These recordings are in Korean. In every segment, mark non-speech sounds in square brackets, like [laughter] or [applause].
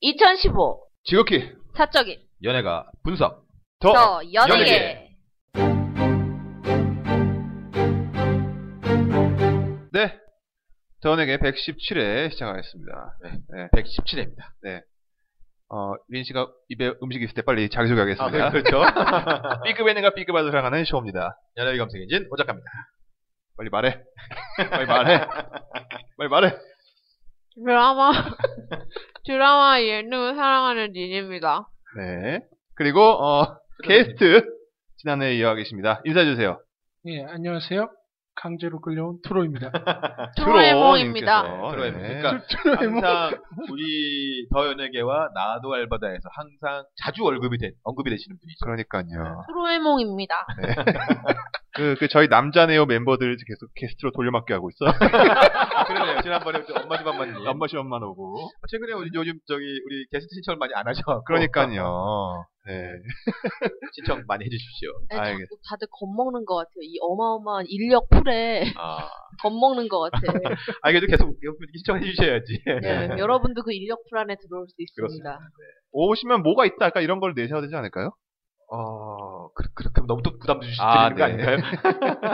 2015 지극히 사적인 연예가 분석 더 더 연예계 어, 연예계. 네. 더 연예계 117회 시작하겠습니다. 네. 117회입니다. 어, 린 씨가 입에 음식 있을 때 빨리 자기소개하겠습니다. 아, 네, 그렇죠. [laughs] B급 예능과 B급을 사랑하는 쇼입니다. 연예비 검색엔진 오작가입니다. 빨리 말해. [laughs] 빨리 말해. 빨리 말해. 드라마 드라마 예능을 사랑하는 닌입니다. 네. 그리고 어, 게스트 지난해 에 이어가 계십니다. 인사해 주세요. 예, 안녕하세요. 강제로 끌려온 [laughs] 트로입니다. 트로에몽입니다. 어, 들어요. 네. 그러니까 트로에몽. 뭐 항상 우리 더 연예계와 나도 알바다에서 항상 자주 월급이 되, 언급이 되시는 분이죠. 네. 그러니까요. 트로에몽입니다. 그, 그 저희 남자네요 멤버들 계속 게스트로 돌려막기 하고 [laughs] 있어. 그러네요. 지난번에 우리 엄마 집 엄마님. 엄마 시험만 오고. 최근에 우리 요즘 저기 우리 게스트 신청을 많이 안 하셔. 그러니까요. [laughs] 네. 신청 많이 해주십시오. 네, 자꾸 알겠- 다들 겁먹는 것 같아요. 이 어마어마한 인력 풀에 [laughs] 아, 겁먹는 것 같아요. 아 그래도 계속 신청해 주셔야지. 네, 여러분도 그 인력 풀 안에 들어올 수 있습니다. 오시면 뭐가 있다 약간 이런 걸 내셔야 되지 않을까요? 어, 그, 그, 그럼 너무 또 부담 주시는 아, 거 네. [laughs] 아닌가요?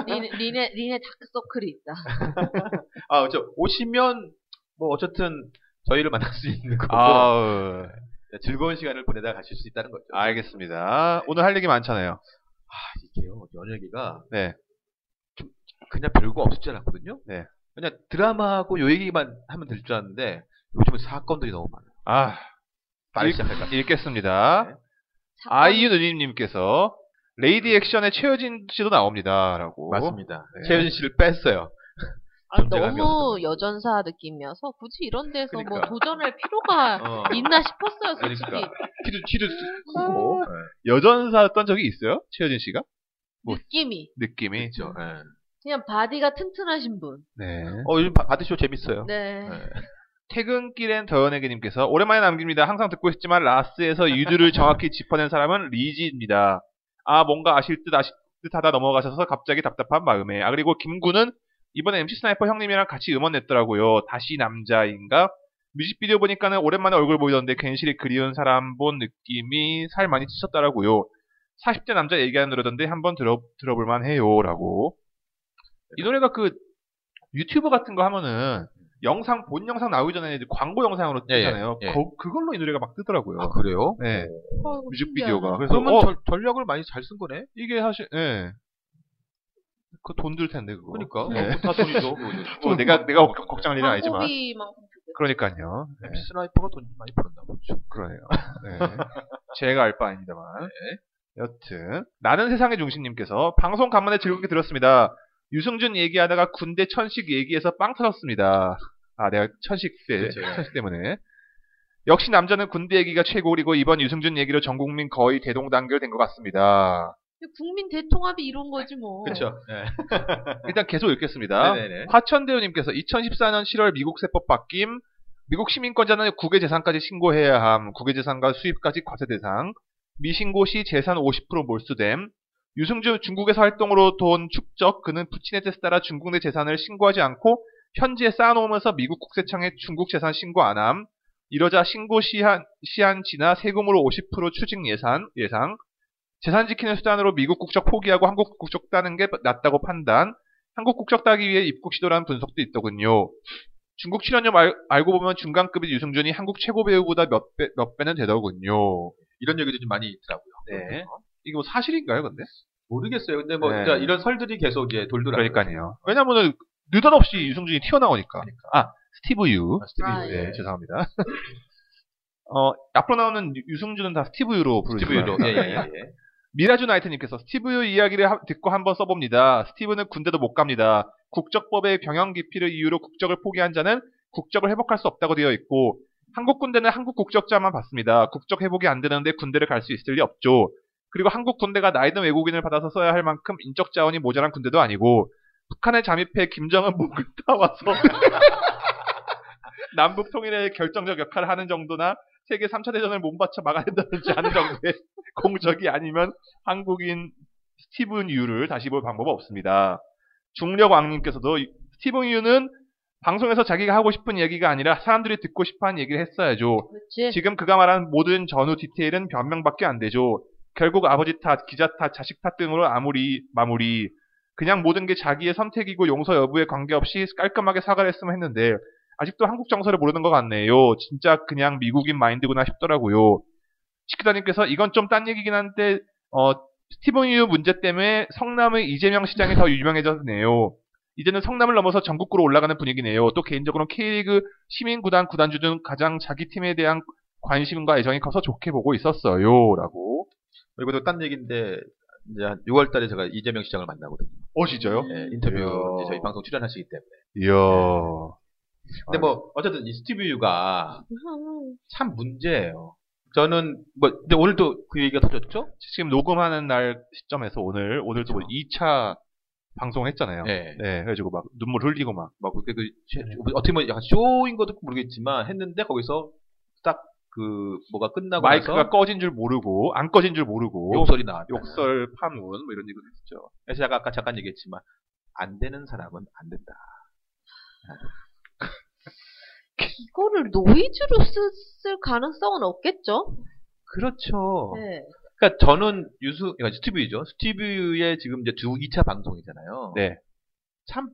린의, 린의, 린의 다크서클이 있다. 아, 저 오시면 뭐 어쨌든 저희를 만날 수 있는 거고 아, 즐거운 시간을 보내다 가실 수 있다는 거죠. 알겠습니다. 오늘 할 얘기 많잖아요. 이게요 연예계가 네. 그냥 별거 없을 줄 알았거든요. 네. 그냥 드라마하고 요 얘기만 하면 될 줄 알았는데 요즘은 사건들이 너무 많아요. 아, 빨리 읽- 시작할까? 읽겠습니다. 네. 아이유 누님님께서 레이디 액션의 최효진 씨도 어? 나옵니다라고. 맞습니다. 네. 최윤 씨를 뺐어요. 아, 존재감이 너무 여전사 느낌이어서 굳이 이런 데서 그러니까. 뭐 도전할 필요가 어. 있나 싶었어요, 솔직히. 그러니까. 키도 키도 뭐, 크고 여전사 였던 적이 있어요? 최효진 씨가? 뭐. 그 느낌이. 느낌이. 그렇죠. 네. 그냥 바디가 튼튼하신 분. 네. 어 요즘 바, 바디쇼 재밌어요. 네. 네. 퇴근길엔 더연에게님께서 오랜만에 남깁니다. 항상 듣고 있지만 라스에서 유두를 정확히 [laughs] 짚어낸 사람은 리지입니다. 아 뭔가 아실 듯 아실 듯하다 넘어가셔서 갑자기 답답한 마음에 아 그리고 김구는 이번에 MC 스나이퍼 형님이랑 같이 음원 냈더라고요. 다시 남자인가? 뮤직비디오 보니까는 오랜만에 얼굴 보이던데 괜시리 그리운 사람 본 느낌이 살 많이 찌셨더라고요. 40대 남자 얘기하는 노래던데 한번 들어 들어볼만 해요라고. 이 노래가 그 유튜브 같은 거 하면은 영상 본 영상 나오기 전에 이제 광고 영상으로 예, 예, 뜨잖아요. 예. 거- 그걸로 이 노래가 막 뜨더라고요. 아 그래요? 네. 아이고, 뮤직비디오가. 신기하네. 그래서 그러면 어, 전- 전략을 많이 잘 쓴 거네. 이게 사실 예. 그돈 들 텐데 그거. 그러니까 네. 어, 다 [laughs] 돈이죠. 어, 뭐 내가 내가 걱- 걱정할 일은 아니지만. 광고비만큼 주겠다. 그러니까요. 네, MC 스나이퍼가 돈 많이 벌었나 보죠. 그러네요. 네. 제가 알 바 아닙니다만. 예. 여튼 나는 세상의 중심님께서 방송 간만에 즐겁게 들었습니다. 유승준 얘기하다가 군대 천식 얘기해서 빵 터졌습니다. 아 내가 천식 때 그렇죠. 천식 때문에 역시 남자는 군대 얘기가 최고 그리고 이번 유승준 얘기로 전 국민 거의 대동단결된 것 같습니다. 국민 대통합이 이런 거지 뭐. 그렇죠. 네. 일단 계속 읽겠습니다. 네네네. 화천대유님께서 2014년 7월 미국 세법 바뀜, 미국 시민권자는 국외재산까지 신고해야 함, 국외재산과 수입까지 과세 대상, 미신고 시 재산 50% 몰수됨, 유승준 중국에서 활동으로 돈 축적, 그는 푸친의 뜻에 따라 중국 내 재산을 신고하지 않고 현지에 쌓아놓으면서 미국 국세청에 중국 재산 신고 안 함, 이러자 신고 시한, 시한 지나 세금으로 50% 추징 예산, 예상, 재산 지키는 수단으로 미국 국적 포기하고 한국 국적 따는 게 낫다고 판단, 한국 국적 따기 위해 입국 시도라는 분석도 있더군요. 중국 출연료 말, 알고 보면 중간급인 유승준이 한국 최고 배우보다 몇, 배, 몇 배는 되더군요. 이런 얘기도 좀 많이 있더라고요. 네. 이게 뭐 사실인가요, 근데? 모르겠어요. 근데 뭐 네. 진짜 이런 설들이 계속 이제 돌더라고요. 그러니까요. 왜냐면은, 느닷없이 유승준이 튀어나오니까. 아, 스티브 유. 아, 스티브 아, 유. 네, 예. 죄송합니다. [laughs] 어, 앞으로 나오는 유- 유승준은 다 스티브 유로 부르죠. 네. 스티브 유로. 예, 예, 예. 미라주 나이트님께서 스티브 유 이야기를 하- 듣고 한번 써봅니다. 스티브는 군대도 못 갑니다. 국적법의 병영 기피를 이유로 국적을 포기한 자는 국적을 회복할 수 없다고 되어 있고 한국 군대는 한국 국적자만 받습니다. 국적 회복이 안 되는데 군대를 갈 수 있을 리 없죠. 그리고 한국 군대가 나이든 외국인을 받아서 써야 할 만큼 인적 자원이 모자란 군대도 아니고 북한에 잠입해 김정은 목을 [laughs] 따와서 남북 통일에 결정적 역할을 하는 정도나 세계 3차 대전을 몸바쳐 막아낸다든지 하는 정도의 [laughs] 공적이 아니면 한국인 스티븐 유를 다시 볼 방법 은 없습니다. 중력왕님께서도 스티븐 유는 방송에서 자기가 하고 싶은 얘기가 아니라 사람들이 듣고 싶어하는 얘기를 했어야죠. 그렇지. 지금 그가 말한 모든 전후 디테일은 변명밖에 안 되죠. 결국 아버지 탓, 기자 탓, 자식 탓 등으로 아무리 마무리. 그냥 모든 게 자기의 선택이고 용서 여부에 관계없이 깔끔하게 사과를 했으면 했는데 아직도 한국 정서를 모르는 것 같네요. 진짜 그냥 미국인 마인드구나 싶더라고요. 식기자님께서 이건 좀 딴 얘기긴 한데 어, 스티븐 유 문제 때문에 성남의 이재명 시장이 더 유명해졌네요. 이제는 성남을 넘어서 전국구로 올라가는 분위기네요. 또 개인적으로는 K리그 시민구단 구단주 등 가장 자기 팀에 대한 관심과 애정이 커서 좋게 보고 있었어요. 라고. 그리고 또 딴 얘기인데 이제 한 6월 달에 제가 이재명 시장을 만나거든요. 어, 진짜요? 예, 인터뷰 이야. 이제 저희 방송 출연하시기 때문에. 이야. 네. 아, 근데 뭐 어쨌든 이 스티브 유가 음, 참 문제예요. 저는 뭐 근데 오늘도 그 얘기가 터졌죠? 지금 녹음하는 날 시점에서 오늘, 오늘도 뭐 그렇죠. 2차 방송 했잖아요. 예. 네, 그래가지고 막 눈물 흘리고 막. 막 그때 그 제- 어떻게 보면 약간 쇼인 것도 모르겠지만 했는데 거기서 딱 그 뭐가 끝나고 마이크가 나서 꺼진 줄 모르고, 안 꺼진 줄 모르고. 욕설이 나왔다. 욕설, 파문, 뭐 이런 얘기도 했죠. 그래서 제가 아까 잠깐 얘기했지만 안 되는 사람은 안 된다. 이거를 노이즈로 쓸 가능성은 없겠죠? 어. 그렇죠. 네. 그러니까 저는 유수 그러니까 스티브유죠. 스티브유의 지금 이제 두 2차 방송이잖아요. 네. 참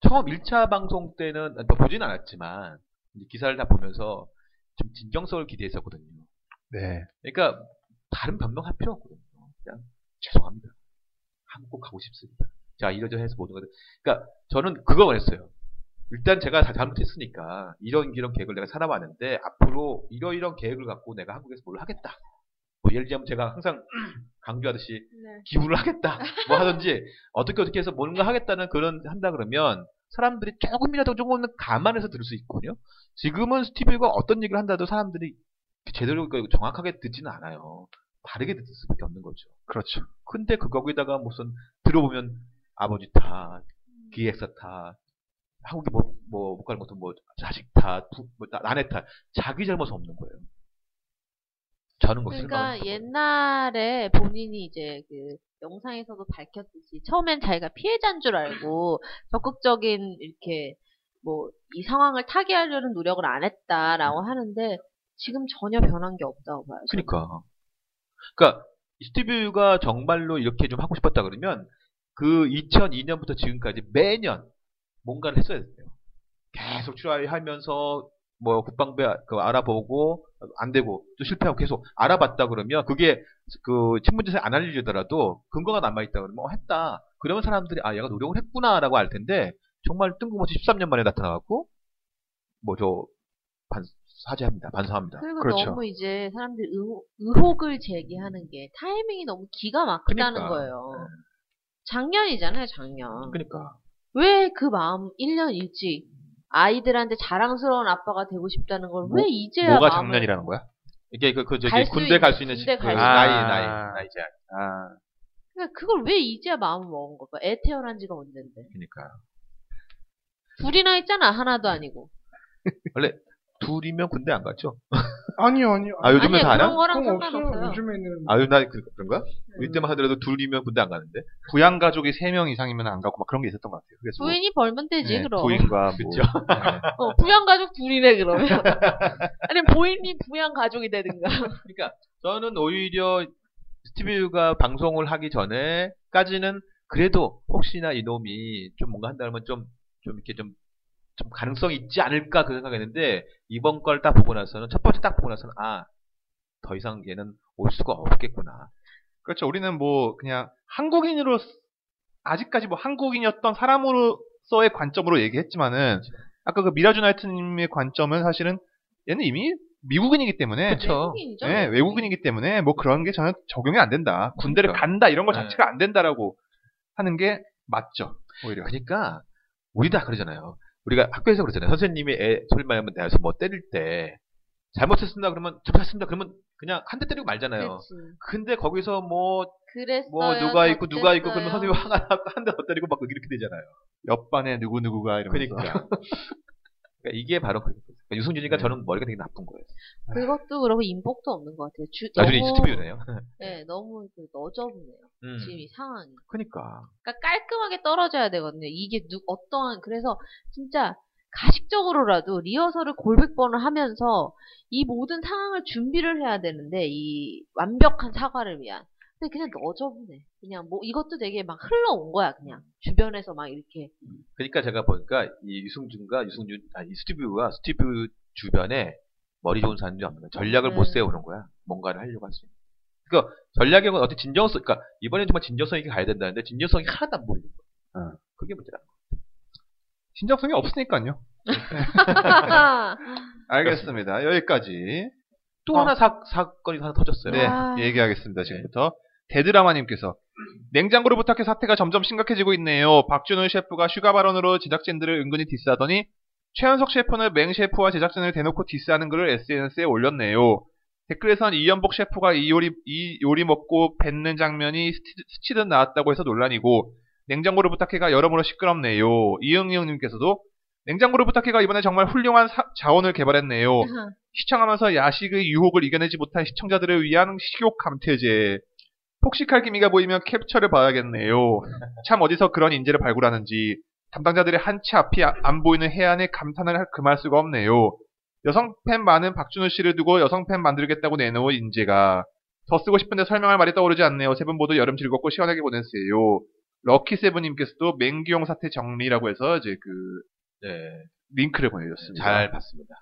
처음 1차 방송 때는 뭐 보진 않았지만 이제 기사를 다 보면서 좀 진정성을 기대했었거든요. 네. 그러니까 다른 변명할 필요 없거든요. 그냥 죄송합니다. 한국 가고 싶습니다. 자 이러저 해서 모든 것들. 그러니까 저는 그거 원했어요. 일단 제가 다 잘못했으니까 이런 이런 계획을 내가 살아왔는데 앞으로 이러이런 계획을 갖고 내가 한국에서 뭘 하겠다. 뭐 예를 들면 제가 항상 [clears throat] 강조하듯이 네. 기부를 하겠다. 뭐 하든지 어떻게 어떻게 해서 뭔가 하겠다는 그런 한다 그러면 사람들이 조금이라도 조금은 감안해서 들을 수 있거든요. 지금은 스티브가 어떤 얘기를 한다도 사람들이 제대로 그 정확하게 듣지는 않아요. 다르게 듣을 수밖에 없는 거죠. 그렇죠. 근데 그 거기다가 무슨 들어보면 아버지 탓, 음. 기획사 탓, 한국에 뭐, 뭐, 못 가는 것도 뭐, 자식 탓, 부, 뭐, 나- 아내 탓, 자기 잘못은 없는 거예요. 저는 것을 그러니까 옛날에 본인이 이제 그 영상에서도 밝혔듯이 처음엔 자기가 피해자인 줄 알고 적극적인 이렇게 뭐 이 상황을 타개하려는 노력을 안 했다라고 하는데 지금 전혀 변한 게 없다고 봐요. 저는. 그러니까. 그러니까 스티브가 정말로 이렇게 좀 하고 싶었다 그러면 그 2002년부터 지금까지 매년 뭔가를 했어야 돼요. 계속 트라이하면서 뭐 국방부 그 알아보고 안 되고 또 실패하고 계속 알아봤다 그러면 그게 그 신문지에 안 알려지더라도 근거가 남아 있다 그러면 어, 했다. 그러면 사람들이 아 얘가 노력을 했구나라고 알 텐데 정말 뜬금없이 13년 만에 나타나갖고 뭐 저 사죄합니다. 반성합니다. 그리고 그렇죠. 너무 이제 사람들이 의혹, 의혹을 제기하는 게 타이밍이 너무 기가 막히다는 그러니까. 거예요. 작년이잖아요, 작년. 그러니까. 왜 그 마음 1년 일찍 아이들한테 자랑스러운 아빠가 되고 싶다는 걸 왜 뭐- 이제야 뭐가 마음을- 장면이라는 거야? 이게 그, 그 저기 갈수 군대 갈 수 있는, 있는 군대 시- 그 갈수 나이 있는. 나이 아. 나이 제한 아, 그러니까 그걸 왜 이제야 마음을 먹은 걸까? 애 태어난 지가 언젠데. 그러니까 둘이나 있잖아, 하나도 아니고. 둘이면 군대 안 갔죠? 그러니까. 아니요, 아니요. 아 요즘은 아니, 다 그런 하나? 거랑 그건 없어요. 상관없어요. 요즘에는 아유 나 그, 그런가? 음. 음. 우리 때만 하더라도 둘이면 군대 안 가는데 부양 가족이 3명 이상이면 안 가고 막 그런 게 있었던 것 같아요. 그래서 뭐- 부인이 벌면 되지, 네, 그럼. 부인과 뭐 그쵸. 네. 어, 부양가족 둘이네, 그러면. [laughs] 아니, 부인이 부양가족이 되든가. 그러니까 저는 오히려 스티비유가 방송을 하기 전에까지는 그래도 혹시나 이놈이 좀 뭔가 한다면 좀 좀 이렇게 좀 좀 가능성이 있지 않을까 그 생각했는데 이번 걸 딱 보고 나서는 첫 번째 딱 보고 나서는 아 더 이상 얘는 올 수가 없겠구나 그렇죠. 우리는 뭐 그냥 한국인으로 아직까지 뭐 한국인이었던 사람으로서의 관점으로 얘기했지만은 아까 그 미라주나이트님의 관점은 사실은 얘는 이미 미국인이기 때문에 그쵸. 외국인이죠? 네, 외국인이기 때문에 뭐 그런 게 전혀 적용이 안 된다. 군대를 그러니까. 간다 이런 거 네. 자체가 안 된다라고 하는 게 맞죠. 오히려. 그러니까 우리 다 그러잖아요. 우리가 학교에서 그러잖아요. 선생님이 애 소리 말하면 대해서 뭐 때릴 때 잘못했습니다 그러면 잘못했습니다 그러면 그냥 한 대 때리고 말잖아요. 그치. 근데 거기서 뭐 뭐 그랬어요. 누가 있고 누가 있고 저랬어요. 그러면 선생님 화가 나고 한 대 더 때리고 막 이렇게 되잖아요. 옆반에 누구누구가 이러면서. 그러니까. 그러니까 이게 바로 그 그러니까 유승준이가 네. 저는 머리가 되게 나쁜 거예요. 그것도 그러고 인복도 없는 것 같아요. 주, 나중에 너무- 인스티뷰네요. 네, 너무 그 너저분해요. 그러니까. 음. 지금 이 상황이. 그러니까 그러니까 깔끔하게 떨어져야 되거든요. 이게 누, 어떠한, 그래서 진짜 가식적으로라도 리허설을 골백번을 하면서 이 모든 상황을 준비를 해야 되는데 이 완벽한 사과를 위한. 근데 그냥 너저분해. 그냥 뭐 이것도 되게 막 흘러온 거야 그냥 주변에서 막 이렇게 [laughs] 그러니까 제가 보니까 이 유승준과 유승준 아니 스티브가 스티브 주변에 머리 좋은 사람들이 없는 거야. 전략을 네. 못 세우는 거야. 뭔가를 하려고 할 수 있는. 그러니까 전략은 어떤 진정성, 그러니까 이번에 정말 진정성 있게 가야 된다는데 진정성이 하나도 안 보이는 거야. 어. 그게 문제야. 진정성이 없으니까요. 알겠습니다. 여기까지 또 어. 하나 사, 사건이 하나 터졌어요. 네, 아. 얘기하겠습니다. 지금부터 대드라마님께서 냉장고를 부탁해 사태가 점점 심각해지고 있네요. 박준호 셰프가 슈가 발언으로 제작진들을 은근히 디스하더니 최현석 셰프는 맹 셰프와 제작진을 대놓고 디스하는 글을 SNS에 올렸네요. 댓글에선 이연복 셰프가 이 요리 이 요리 먹고 뱉는 장면이 스치- 스치듯 나왔다고 해서 논란이고 냉장고를 부탁해가 여러모로 시끄럽네요. 이응이응님께서도 냉장고를 부탁해가 이번에 정말 훌륭한 사- 자원을 개발했네요. 시청하면서 야식의 유혹을 이겨내지 못한 시청자들을 위한 식욕 감퇴제. 폭식할 기미가 보이면 캡처를 봐야겠네요. 참 어디서 그런 인재를 발굴하는지 담당자들의 한치 앞이 아- 안 보이는 해안에 감탄을 할- 금할 수가 없네요. 여성 팬 많은 박준호 씨를 두고 여성 팬 만들겠다고 내놓은 인재가 더 쓰고 싶은데 설명할 말이 떠오르지 않네요. 세 분 모두 여름 즐겁고 시원하게 보내세요. 럭키 세븐님께서도 맹기용 사태 정리라고 해서 이제 그 네, 링크를 보내주셨습니다. 잘 봤습니다.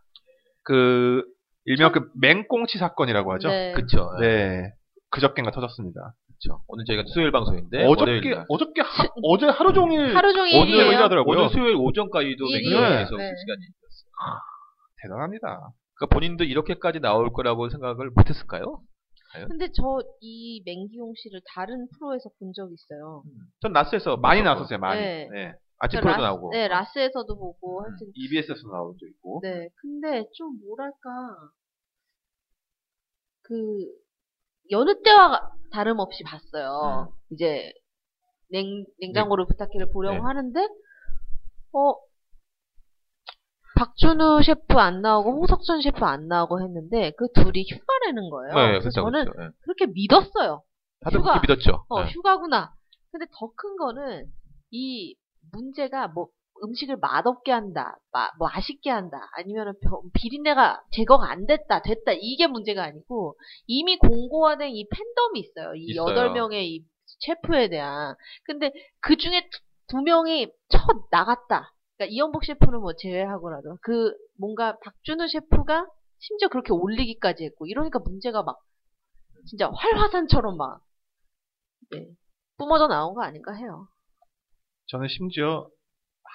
그 일명 그 맹꽁치 사건이라고 하죠. 네. 네. 그쵸. 네. 그저께가 터졌습니다. 그쵸. 오늘 저희가 수요일 네, 방송인데. 그 어저께 월요일날. 어저께 하- 어제 하루 종일 하루 종일 오늘 일이에요. 일하더라고요. 예. 오늘 수요일 오전까지도 일이에요. 맥주에서 네. 두 시간이 있었어요. 대단합니다. 그러니까 본인도 이렇게까지 나올 거라고 생각을 못했을까요? 근데 저 이 맹기용 씨를 다른 프로에서 본 적이 있어요. 전 라스에서 많이 봤었고. 나왔었어요. 많이. 네. 네. 아침 그러니까 프로도 나오고. 네, 라스에서도 보고 음. 하여튼 EBS에서 나온 적 있고. 네. 근데 좀 뭐랄까 그 여느 때와 다름없이 봤어요. 이제 냉 냉장고를 부탁해를 보려고 네. 하는데 어 박준우 셰프 안 나오고 홍석천 셰프 안 나오고 했는데 그 둘이 휴가 내는 거예요. 네, 그래서 그렇죠. 아, 저는 그렇죠. 예. 그렇게 믿었어요. 다들 휴가. 그렇게 믿었죠. 어, 네. 휴가구나. 근데 더 큰 거는 이 문제가 뭐 음식을 맛없게 한다, 마, 맛있게 한다, 아니면 비린내가 제거가 안 됐다, 됐다 이게 문제가 아니고 이미 공고화된 이 팬덤이 있어요. 이 있어요. 여덟 명의 이 셰프에 대한. 근데 그 중에 두 명이 첫 나갔다. 그러니까 이연복 셰프는 뭐 제외하고라도 그 뭔가 박준우 셰프가 심지어 그렇게 올리기까지 했고 이러니까 문제가 막 진짜 활화산처럼 막 네, 뿜어져 나온 거 아닌가 해요. 저는 심지어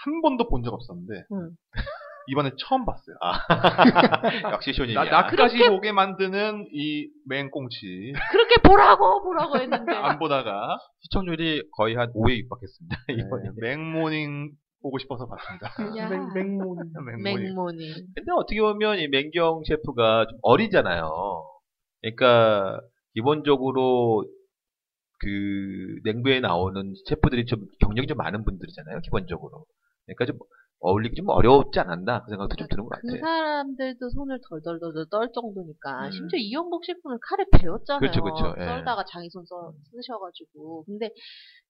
한 번도 본 적 없었는데 음. [laughs] 이번에 처음 봤어요. 네. 역시 쇼님이 아, 나, 나까지 보게 만드는 이 맹꽁치 그렇게 보라고 보라고 했는데 안 보다가 시청률이 거의 한 5에 육박했습니다. 이번에. 네, 맹모닝 보고 싶어서 봤습니다. [laughs] 야. 그 맹- 맹모 맹모닝. 맥모니 근데 어떻게 보면 이 맹경 셰프가 좀 어리잖아요. 그러니까 기본적으로 그 냉부에 나오는 셰프들이 좀 경력이 좀 많은 분들이잖아요. 기본적으로. 그러니까 좀 어울리기 좀 어렵지 않았나 그 생각도 좀 드는 것 그 같아요. 사람들도 손을 덜덜덜덜 떨 정도니까 음. 심지어 이영복 셰프는 칼을 배웠잖아요. 그렇죠, 그렇죠. 예. 썰다가 자기 손 써, 쓰셔가지고 근데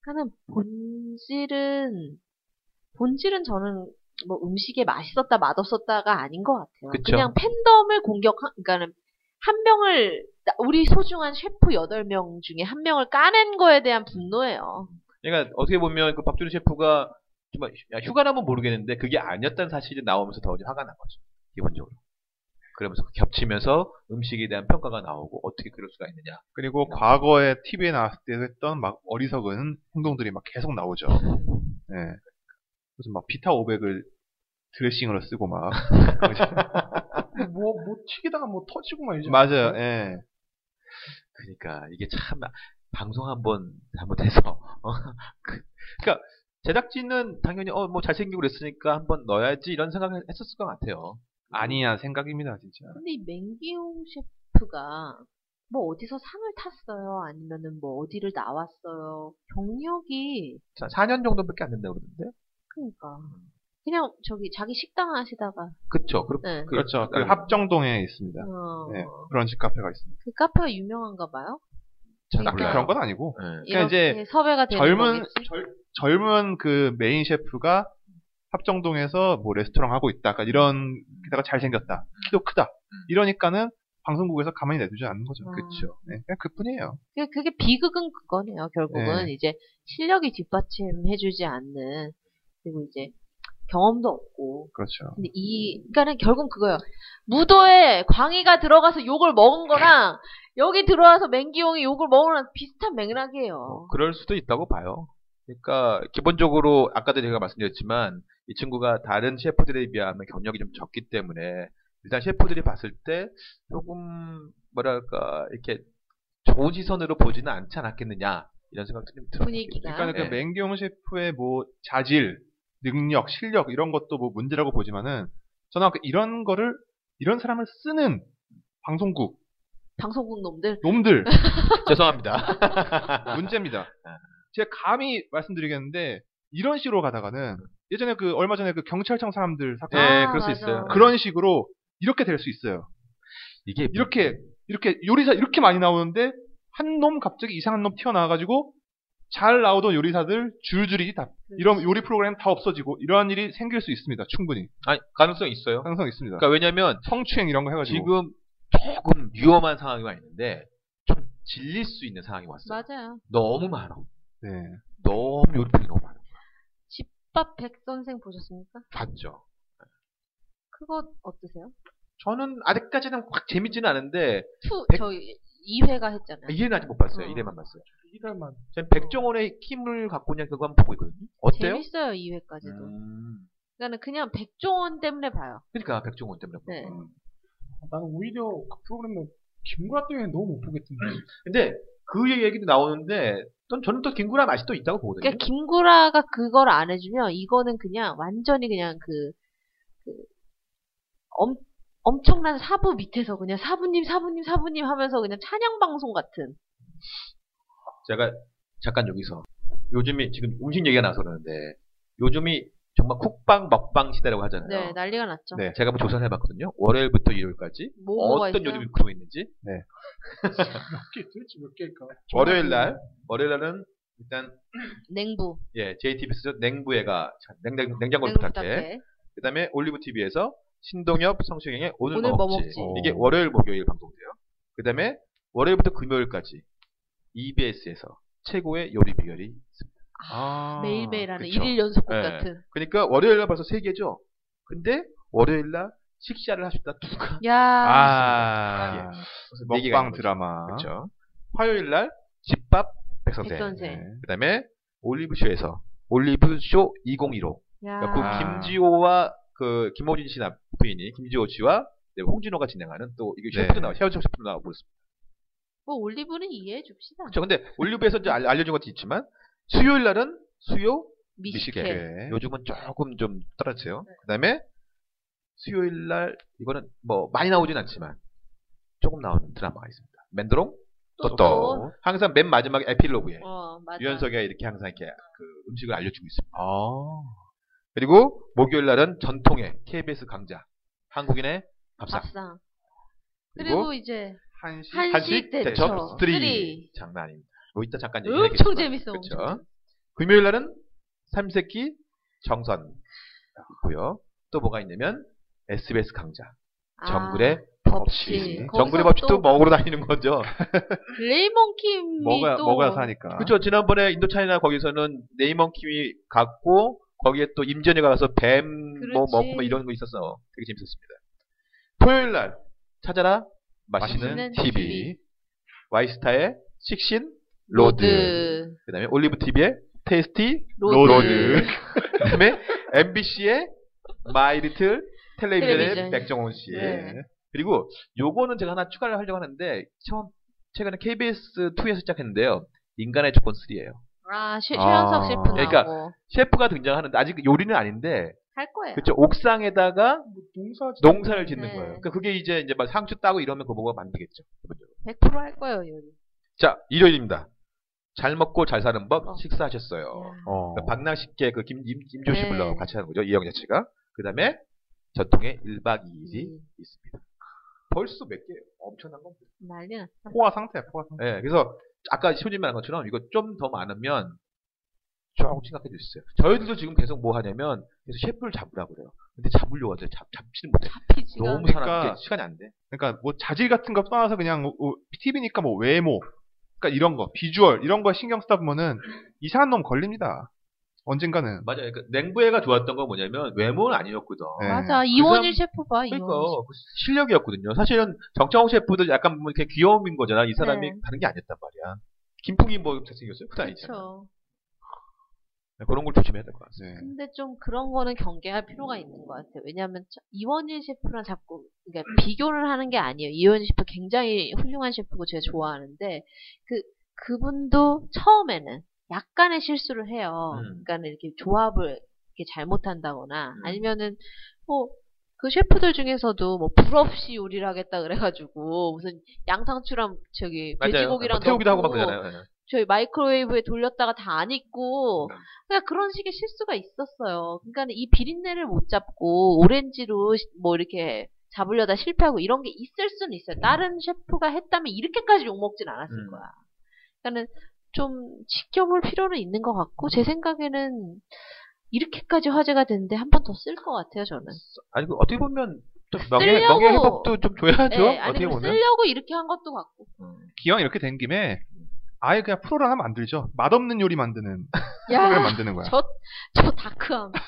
하는 본질은 본질은 저는 뭐 음식에 맛있었다 맛없었다가 아닌 것 같아요. 그쵸. 냥 팬덤을 공격한 그러니까는 한 명을 나- 우리 소중한 셰프 여덟 명 중에 한 명을 까낸 거에 대한 분노예요. 그러니까 어떻게 보면 그 박준호 셰프가 정말 휴- 야, 휴가라면 모르겠는데 그게 아니었다는 사실이 나오면서 더 이제 화가 난 거죠. 기본적으로. 그러면서 겹치면서 음식에 대한 평가가 나오고 어떻게 그럴 수가 있느냐. 그리고 과거에 TV에 나왔을 때 했던 막 어리석은 행동들이 막 계속 [laughs] 나오죠. 예. 무슨 막 비타 500을 드레싱으로 쓰고 막 [laughs] 뭐, 뭐 튀기다가 뭐 터지고 말이죠. 맞아요. 예. 그러니까 이게 참 방송 한번 잘못해서 어, [laughs] 그- 그러니까 제작진은 당연히 어 뭐 잘생기고 그랬으니까 한번 넣어야지 이런 생각을 했었을 것 같아요. 아니야 생각입니다 진짜. 근데 이 맹기용 셰프가 뭐 어디서 상을 탔어요? 아니면은 뭐 어디를 나왔어요? 경력이 자, 4년 정도밖에 안 된다고 그러는데. 그러니까 음. 그냥 저기 자기 식당 하시다가 그쵸. 그렇, 네. 그- 그렇죠. 그 아니, 합정동에 있습니다. 어, 네. 브런치 카페가 있습니다. 그 카페가 유명한가 봐요. 잘 딱히 몰라요. 그런 건 아니고 네. 그러니까 이제 이렇게 섭외가 되는 젊은 거겠지? 젊은 그 메인 셰프가 합정동에서 뭐 레스토랑 하고 있다. 약간 이런 기사가 잘 생겼다. 키도 크다. 이러니까는 방송국에서 가만히 내두지 않는 거죠. 음. 그렇죠. 네, 그냥 그뿐이에요. 그- 그게 비극은 그거네요. 결국은 이제 실력이 뒷받침해주지 않는 그리고 이제 경험도 없고 그렇죠. 근데 이 그러니까는 결국 그거예요. 무도에 광희가 들어가서 욕을 먹은 거랑 여기 들어와서 맹기용이 욕을 먹은 거랑 비슷한 어. 맥락이에요. 뭐 그럴 수도 있다고 봐요. 그러니까 기본적으로 아까도 제가 말씀드렸지만 이 친구가 다른 셰프들에 비하면 경력이 좀 적기 때문에 일단 셰프들이 봤을 때 조금 뭐랄까 이렇게 좋은 시선으로 보지는 않지 않았겠느냐 이런 생각도 좀 들어요. 분위기가. 그러니까 그 네. 맹경 셰프의 뭐 자질, 능력, 실력 이런 것도 뭐 문제라고 보지만은 저는 아까 이런 거를 이런 사람을 쓰는 방송국 방송국 놈들 [laughs] 놈들 [laughs] [laughs] 죄송합니다. 문제입니다. 아. 제가 감히 말씀드리겠는데 이런 식으로 가다가는 예전에 그 얼마 전에 그 경찰청 사람들 사건 네, 아, 그럴 수 맞아. 있어요. 그런 식으로 이렇게 될 수 있어요. 이게 뭐 이렇게 이렇게 요리사 이렇게 많이 나오는데 한 놈 갑자기 이상한 놈 튀어나와가지고 잘 나오던 요리사들 줄줄이 다 이런 요리 프로그램 다 없어지고 이러한 일이 생길 수 있습니다. 충분히 아니 가능성 이 있어요. 항상 있습니다. 그러니까 왜냐면 성추행 이런 거 해가지고 지금 조금 위험한 상황이 와 있는데 좀 질릴 수 있는 상황이 왔어요. 맞아요. 너무 많아. 네. 너무 요리품이 너무 많아. 집밥 백 선생 보셨습니까? 봤죠. 그거 어떠세요? 저는 아직까지는 확 재밌지는 않은데 투 백- 저희 2회가 했잖아요. 이해는 아직 못 봤어요. 어. 이래만 봤어요. 이럴만. 저는 백종원의 힘을 갖고 있는 그거 한번 보고 있거든요. 어때요? 재밌어요 2회까지도. 음. 그러니까는 그냥 백종원 때문에 봐요. 그러니까 백종원 때문에. 네. 그런 거예요. 나는 오히려 그 프로그램은 김구라 때문에 너무 못 보겠던데. 음. 근데 그 얘기도 나오는데 또 저는 또 김구라 맛이 또 있다고 보거든요. 그러니까 김구라가 그걸 안 해주면 이거는 그냥 완전히 그냥 그, 그 엄, 엄청난 사부 밑에서 그냥 사부님 사부님 사부님 하면서 그냥 찬양 방송 같은 제가 잠깐 여기서 요즘에 지금 음식 얘기가 나서 그러는데 요즘이 정말 쿡방 먹방 시대라고 하잖아요. 네 난리가 났죠. 네. 제가 한번 조사를 해봤거든요. 월요일부터 일요일까지 뭐가 어떤 있어요? 요즘이 그고 있는지 몇개 도대체 몇 개일까? 월요일 날 월요일 날은 일단 냉부 예, JTBC에서 냉부애가 참, 냉장, 냉장고 냉부 부탁해. 닭해 그 다음에 올리브 TV에서 신동엽, 성시경의 오늘, 오늘 뭐 뭐 먹지. 먹지. 이게 월요일, 목요일 방송돼요. 그 다음에 월요일부터 금요일까지 EBS에서 최고의 요리 비결이 있습니다. 아, 매일매일 하는 그쵸. 일일 연속곡 네. 같은. [laughs] 그러니까 월요일날 벌써 세개죠 근데 월요일날 식사를 하셨다 누가. 야 아, 아, 얘기가 있는 먹방 거죠. 드라마. 그렇죠. 화요일날 집밥 백선생. 백선생. 네. 그 다음에 올리브쇼에서 올리브쇼 2015. 야. 그러니까 그 아. 김지호와 그 김호진 씨 부인이 김지호 씨와 이제 홍진호가 진행하는 또 이게 네. 셰프도 나와 셰프 셰프도 나오고 있습니다. 뭐 올리브는 이해해 줍시다. 그렇죠. 근데 올리브에서 이제 알- 알려준 것도 있지만 수요일 날은 수요 미식회. 미식회. 네. 요즘은 조금 좀 떨어져요. 네. 그다음에 수요일 날 이거는 뭐 많이 나오진 않지만 조금 나오는 드라마가 있습니다. 맨드롱 또 또또 항상 맨 마지막에 에필로그에 어 맞아. 유연석이가 이렇게 항상 이렇게 그 음식을 알려주고 있습니다. 아. 그리고 목요일 날은 전통의 KBS 강자 한국인의 밥상 밥상. 그리고 아, 그리고 이제 한식. 한- 한식 한식 대첩 대첩 쓰리 쓰리. 장난 아닙니다. 뭐 이따 잠깐 엄청 얘기하겠지만 재밌어, 엄청 그렇죠. 금요일 날은 삼색기 정선 있고요. 또 뭐가 있냐면 SBS 강자 아, 정글의 법칙. 법칙. 거기서 정글의 법칙도 또 먹으러 다니는 거죠. 레이몬 킴이 먹어야, 음, 또 먹어야 사니까. 그렇죠. 지난번에 인도차이나 거기서는 네이먼킴이 갔고 거기에 또 임전이가 가서 뱀 뭐 그렇지. 먹고 뭐 이런 거 있어서 되게 재밌었습니다. 토요일 날 찾아라 맛있는 맛있는 TV TV. 와이스타의 식신 로드. 로드. 그다음에 올리브 TV의 테이스티 로드. 로드. [laughs] 그다음에 MBC의 마이 리틀 텔레비전의 텔레비전. 백종원 씨. 네. 그리고 요거는 제가 하나 추가를 하려고 하는데 처음 최근에 KBS 2에서 시작했는데요. 인간의 조건 3예요. 아, 최, 아. 현석 셰프 나오고. 그러니까 셰프가 등장하는데 아직 요리는 아닌데 할 거예요. 그쵸 옥상에다가 뭐 농사 짓- 농사를 짓는 네. 거예요. 그러니까 그게 이제 이제 막 상추 따고 이러면 그거 보고 만들겠죠. 기본적으로. 100%할 거예요, 요리. 자 일요일입니다. 잘 먹고 잘 사는 법 어. 식사하셨어요. 어. 그러니까 박나식계 그 김, 임, 임조 씨 네. 불러 같이 하는 거죠. 이영자 씨가. 그 다음에 전통의 1박 2일이 음. 있습니다. 벌써 몇 개예요? 엄청난 겁니다. 난리 났어. 예, 포화 상태야, 포화 상태. 네, 그래서 아까 시호진 말한 것처럼 이거 좀 더 많으면 저하고 생각해 주셨어요. 저희들도 지금 계속 뭐 하냐면 계속 셰프를 잡으라 그래요. 근데 잡으려고 하죠. 잡, 잡지는 못해. 피지가 너무 그러니까- 사람 시간이 안 돼. 그러니까 뭐 자질 같은 거 떠나서 그냥 TV니까 뭐 외모, 그러니까 이런 거, 비주얼 이런 거 신경 쓰다 보면은 이상한 놈 걸립니다. 언젠가는. 맞아요. 그러니까 냉부애가 좋았던 건 뭐냐면 외모는 아니었거든. 네. 맞아 이원일 그 셰프 봐 그러니까 네, 이원일 그 실력이었거든요. 사실은 정창호 셰프도 약간 뭐 이렇게 귀여움인 거잖아. 이 사람이 네. 다른 게 아니었단 말이야. 김풍이 뭐 잘생겼어요? 그건 셰프 아니잖아. 네, 그쵸 그런 걸 조심해야 될 것 네. 같습니다. 근데 좀 그런 거는 경계할 필요가 있는 것 같아요 왜냐하면 참- 이원일 셰프랑 자꾸 그러니까 음. 비교를 하는 게 아니에요 이원일 셰프 굉장히 훌륭한 셰프고 제가 좋아하는데 그 그분도 처음에는 약간의 실수를 해요 음. 그러니까 이렇게 조합을 이렇게 잘못한다거나 음. 아니면은 뭐 그 셰프들 중에서도 뭐 불 없이 요리를 하겠다 그래가지고 무슨 양상추랑 저기 맞아요. 돼지고기랑 뭐 태우기도 하고 막 넣고 그러잖아요. 네. 저희 마이크로웨이브에 돌렸다가 다 안 익고 네. 그냥 그런 식의 실수가 있었어요. 그러니까 이 비린내를 못 잡고 오렌지로 시- 뭐 이렇게 잡으려다 실패하고 이런 게 있을 수는 있어요. 다른 셰프가 했다면 이렇게까지 욕먹진 않았을 음. 거야. 그러니까는 좀 지켜볼 필요는 있는 것 같고 제 생각에는 이렇게까지 화제가 됐는데 한 번 더 쓸 것 같아요 저는. 아니 그 어떻게 보면 좀 명예 쓰려고- 명예 회복도 좀 줘야죠. 네, 아니 어떻게 뭐 보면. 쓰려고 이렇게 한 것도 같고 음. 기왕 이렇게 된 김에 아예 그냥 프로를 하나 만들죠. 맛없는 요리 만드는 [laughs] 프로를 야저 만드는 거야. 저 다크함 아,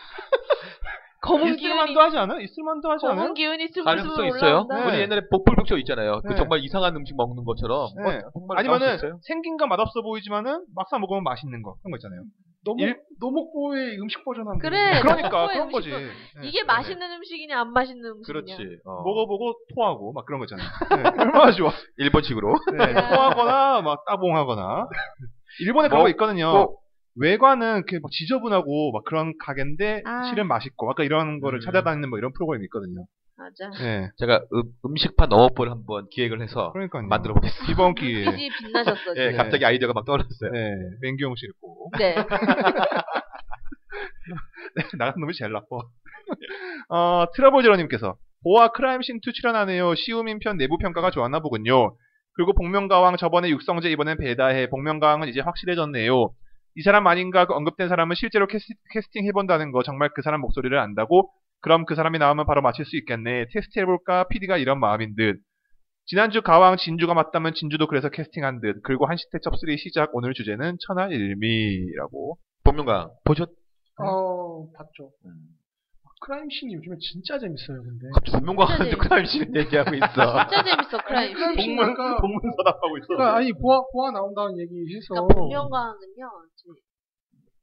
검은 기운이 있을만도 하지 않아요? 있을만도 하지 않아요? 검은 기운이 가능성 스물스물 있어요. 올라온다. 우리 네. 옛날에 복불복조 있잖아요. 그 네. 정말 이상한 음식 먹는 것처럼. 네. 어, 정말 나올 수 있어요? 아니면은 생긴 건 맛없어 보이지만은 막상 먹으면 맛있는 거 그런 거 있잖아요. 너무 일- 노목보의 음식 버전 한번 그래. 해볼까? 그러니까 먹어야 그런 거지. 음식도- 네. 이게 맛있는 음식이냐 안 맛있는 음식이냐. 그렇지. 어. 먹어보고 토하고 막 그런 거 있잖아요. 네, [laughs] 얼마나 좋아. [laughs] 일본식으로. 네, 토하거나 막 따봉하거나. 일본에 그런 뭐, 거 있거든요. 뭐. 외관은 이렇게 막 지저분하고 막 그런 가게인데 아. 실은 맛있고 아까 이런 거를 음. 찾아다니는 뭐 이런 프로그램이 있거든요. 맞아. 네, 제가 음, 음식판 어업보를 한번 기획을 해서 그러니까 만들어 보겠습니다. 이번 기회에 [laughs] 빛이 빛나셨어. 지금. 예, 네. 갑자기 아이디어가 막 떠올랐어요. 네, 맹경 씨 있고 네. [laughs] 나간 놈이 제일 나빠. 어, 트러블제로님께서 보아 크라임씬2 출연하네요. 시우민 편 내부 평가가 좋았나 보군요. 그리고 복면가왕 저번에 육성제 이번엔 배다해. 복면가왕은 이제 확실해졌네요. 이 사람 아닌가 그 언급된 사람은 실제로 캐스, 캐스팅 해본다는 거 정말 그 사람 목소리를 안다고 그럼 그 사람이 나오면 바로 맞힐 수 있겠네. 테스트 해볼까? PD가 이런 마음인 듯. 지난주 가왕 진주가 맞다면 진주도 그래서 캐스팅한 듯. 그리고 한시태 첩3 시작 오늘 주제는 천하일미라고. 복면가 보셨? 어, 봤죠. 음. 아, 크라임 씬이 요즘에 진짜 재밌어요, 근데. 갑자기 복면가 네. 진짜 [laughs] 하는데 재밌- 크라임 씨는 [laughs] 얘기하고 있어. 진짜 재밌어 크라임. 크라임 씬 그러니까, 동문 서답하고 있어. 그러니까 아니 보아 보아 나온다는 네. 얘기해서 그러니까 복면가왕은요. 저기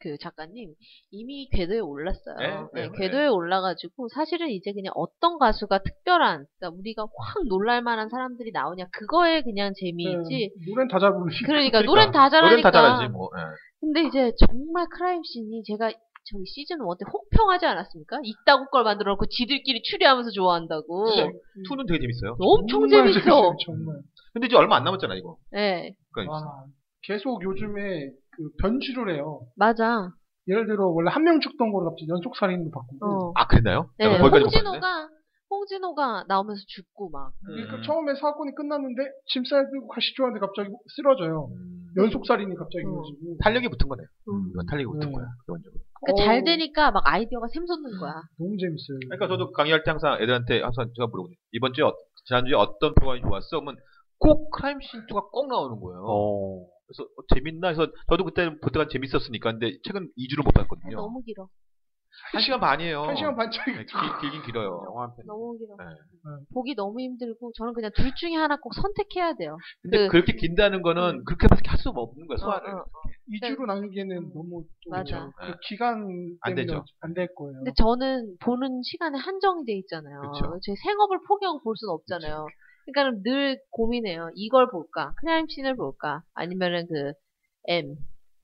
그 작가님 이미 궤도에 올랐어요. 네, 네, 네, 네. 궤도에 올라가지고 사실은 이제 그냥 어떤 가수가 특별한, 그러니까 우리가 확 놀랄만한 사람들이 나오냐 그거에 그냥 재미이지. 네, 노래 다 잘 부르시고 [laughs] 그러니까, 노래는 다 노래는 잘하니까. 다 잘하지 뭐. 예. 근데 이제 정말 크라임 씬이 제가 저기 시즌 1 때 혹평하지 않았습니까? 이따구 걸 만들어 놓고 지들끼리 추리하면서 좋아한다고. 네. 진짜 뭐, 투는 되게 재밌어요. 엄청 정말 재밌어. 재밌어요, 정말. 근데 이제 얼마 안 남았잖아 이거. 네, 그러니까 아. 와, 계속 요즘에 그 변주를 해요. 맞아. 예를 들어 원래 한 명 죽던 거를 갑자기 연속 살인으로 바꾸고. 어. 아 그랬나요? 네, 내가 거기까지 못 봤는데. 홍진호가 홍진호가 나오면서 죽고 막. 그러니까 음. 처음에 사건이 끝났는데 짐 싸들고 가시죠 하는데 갑자기 쓰러져요. 음. 연속 살인이 갑자기 어. 이어지고. 탄력이 붙은 거네요. 음. 이건 탄력이 붙은 네. 음. 거야. 기본적으로. 그러니까 어, 음. 잘 되니까 막 아이디어가 샘솟는 거야. 너무 재밌어요. 그러니까 저도 강의할 때 항상 애들한테 항상 제가 물어보죠. 이번 주에 어- 지난주에 어떤 프로그램이 좋았어? 그러면 꼭 크라임 씬투가 꼭 나오는 거예요. 그래서 어, 재밌나 해서 저도 그때 그때가 재밌었으니까 근데 최근 2주를 못 봤거든요. 아, 너무 길어. 1시간 반이에요. 한 시간 반짝이. 네, [laughs] 길- 길긴 길어요. 영화 한 편. 너무 길어. 네. 보기 너무 힘들고 저는 그냥 둘 중에 하나 꼭 선택해야 돼요. 근데 그- 음. 그, 렇게 긴다는 거는 그렇게밖에 할 수가 없는 거야, 소화를. 어, 어. 2주로 나누기에는 너무 음. 또 맞아. 그 기간 안 때문에 되죠. 안 될 거예요. 근데 저는 보는 시간에 한정이 돼 있잖아요. 그쵸. 제 생업을 포기하고 볼 수는 없잖아요. 그러니까 늘 고민해요. 이걸 볼까? 크라임 씬을 볼까? 아니면은 그 M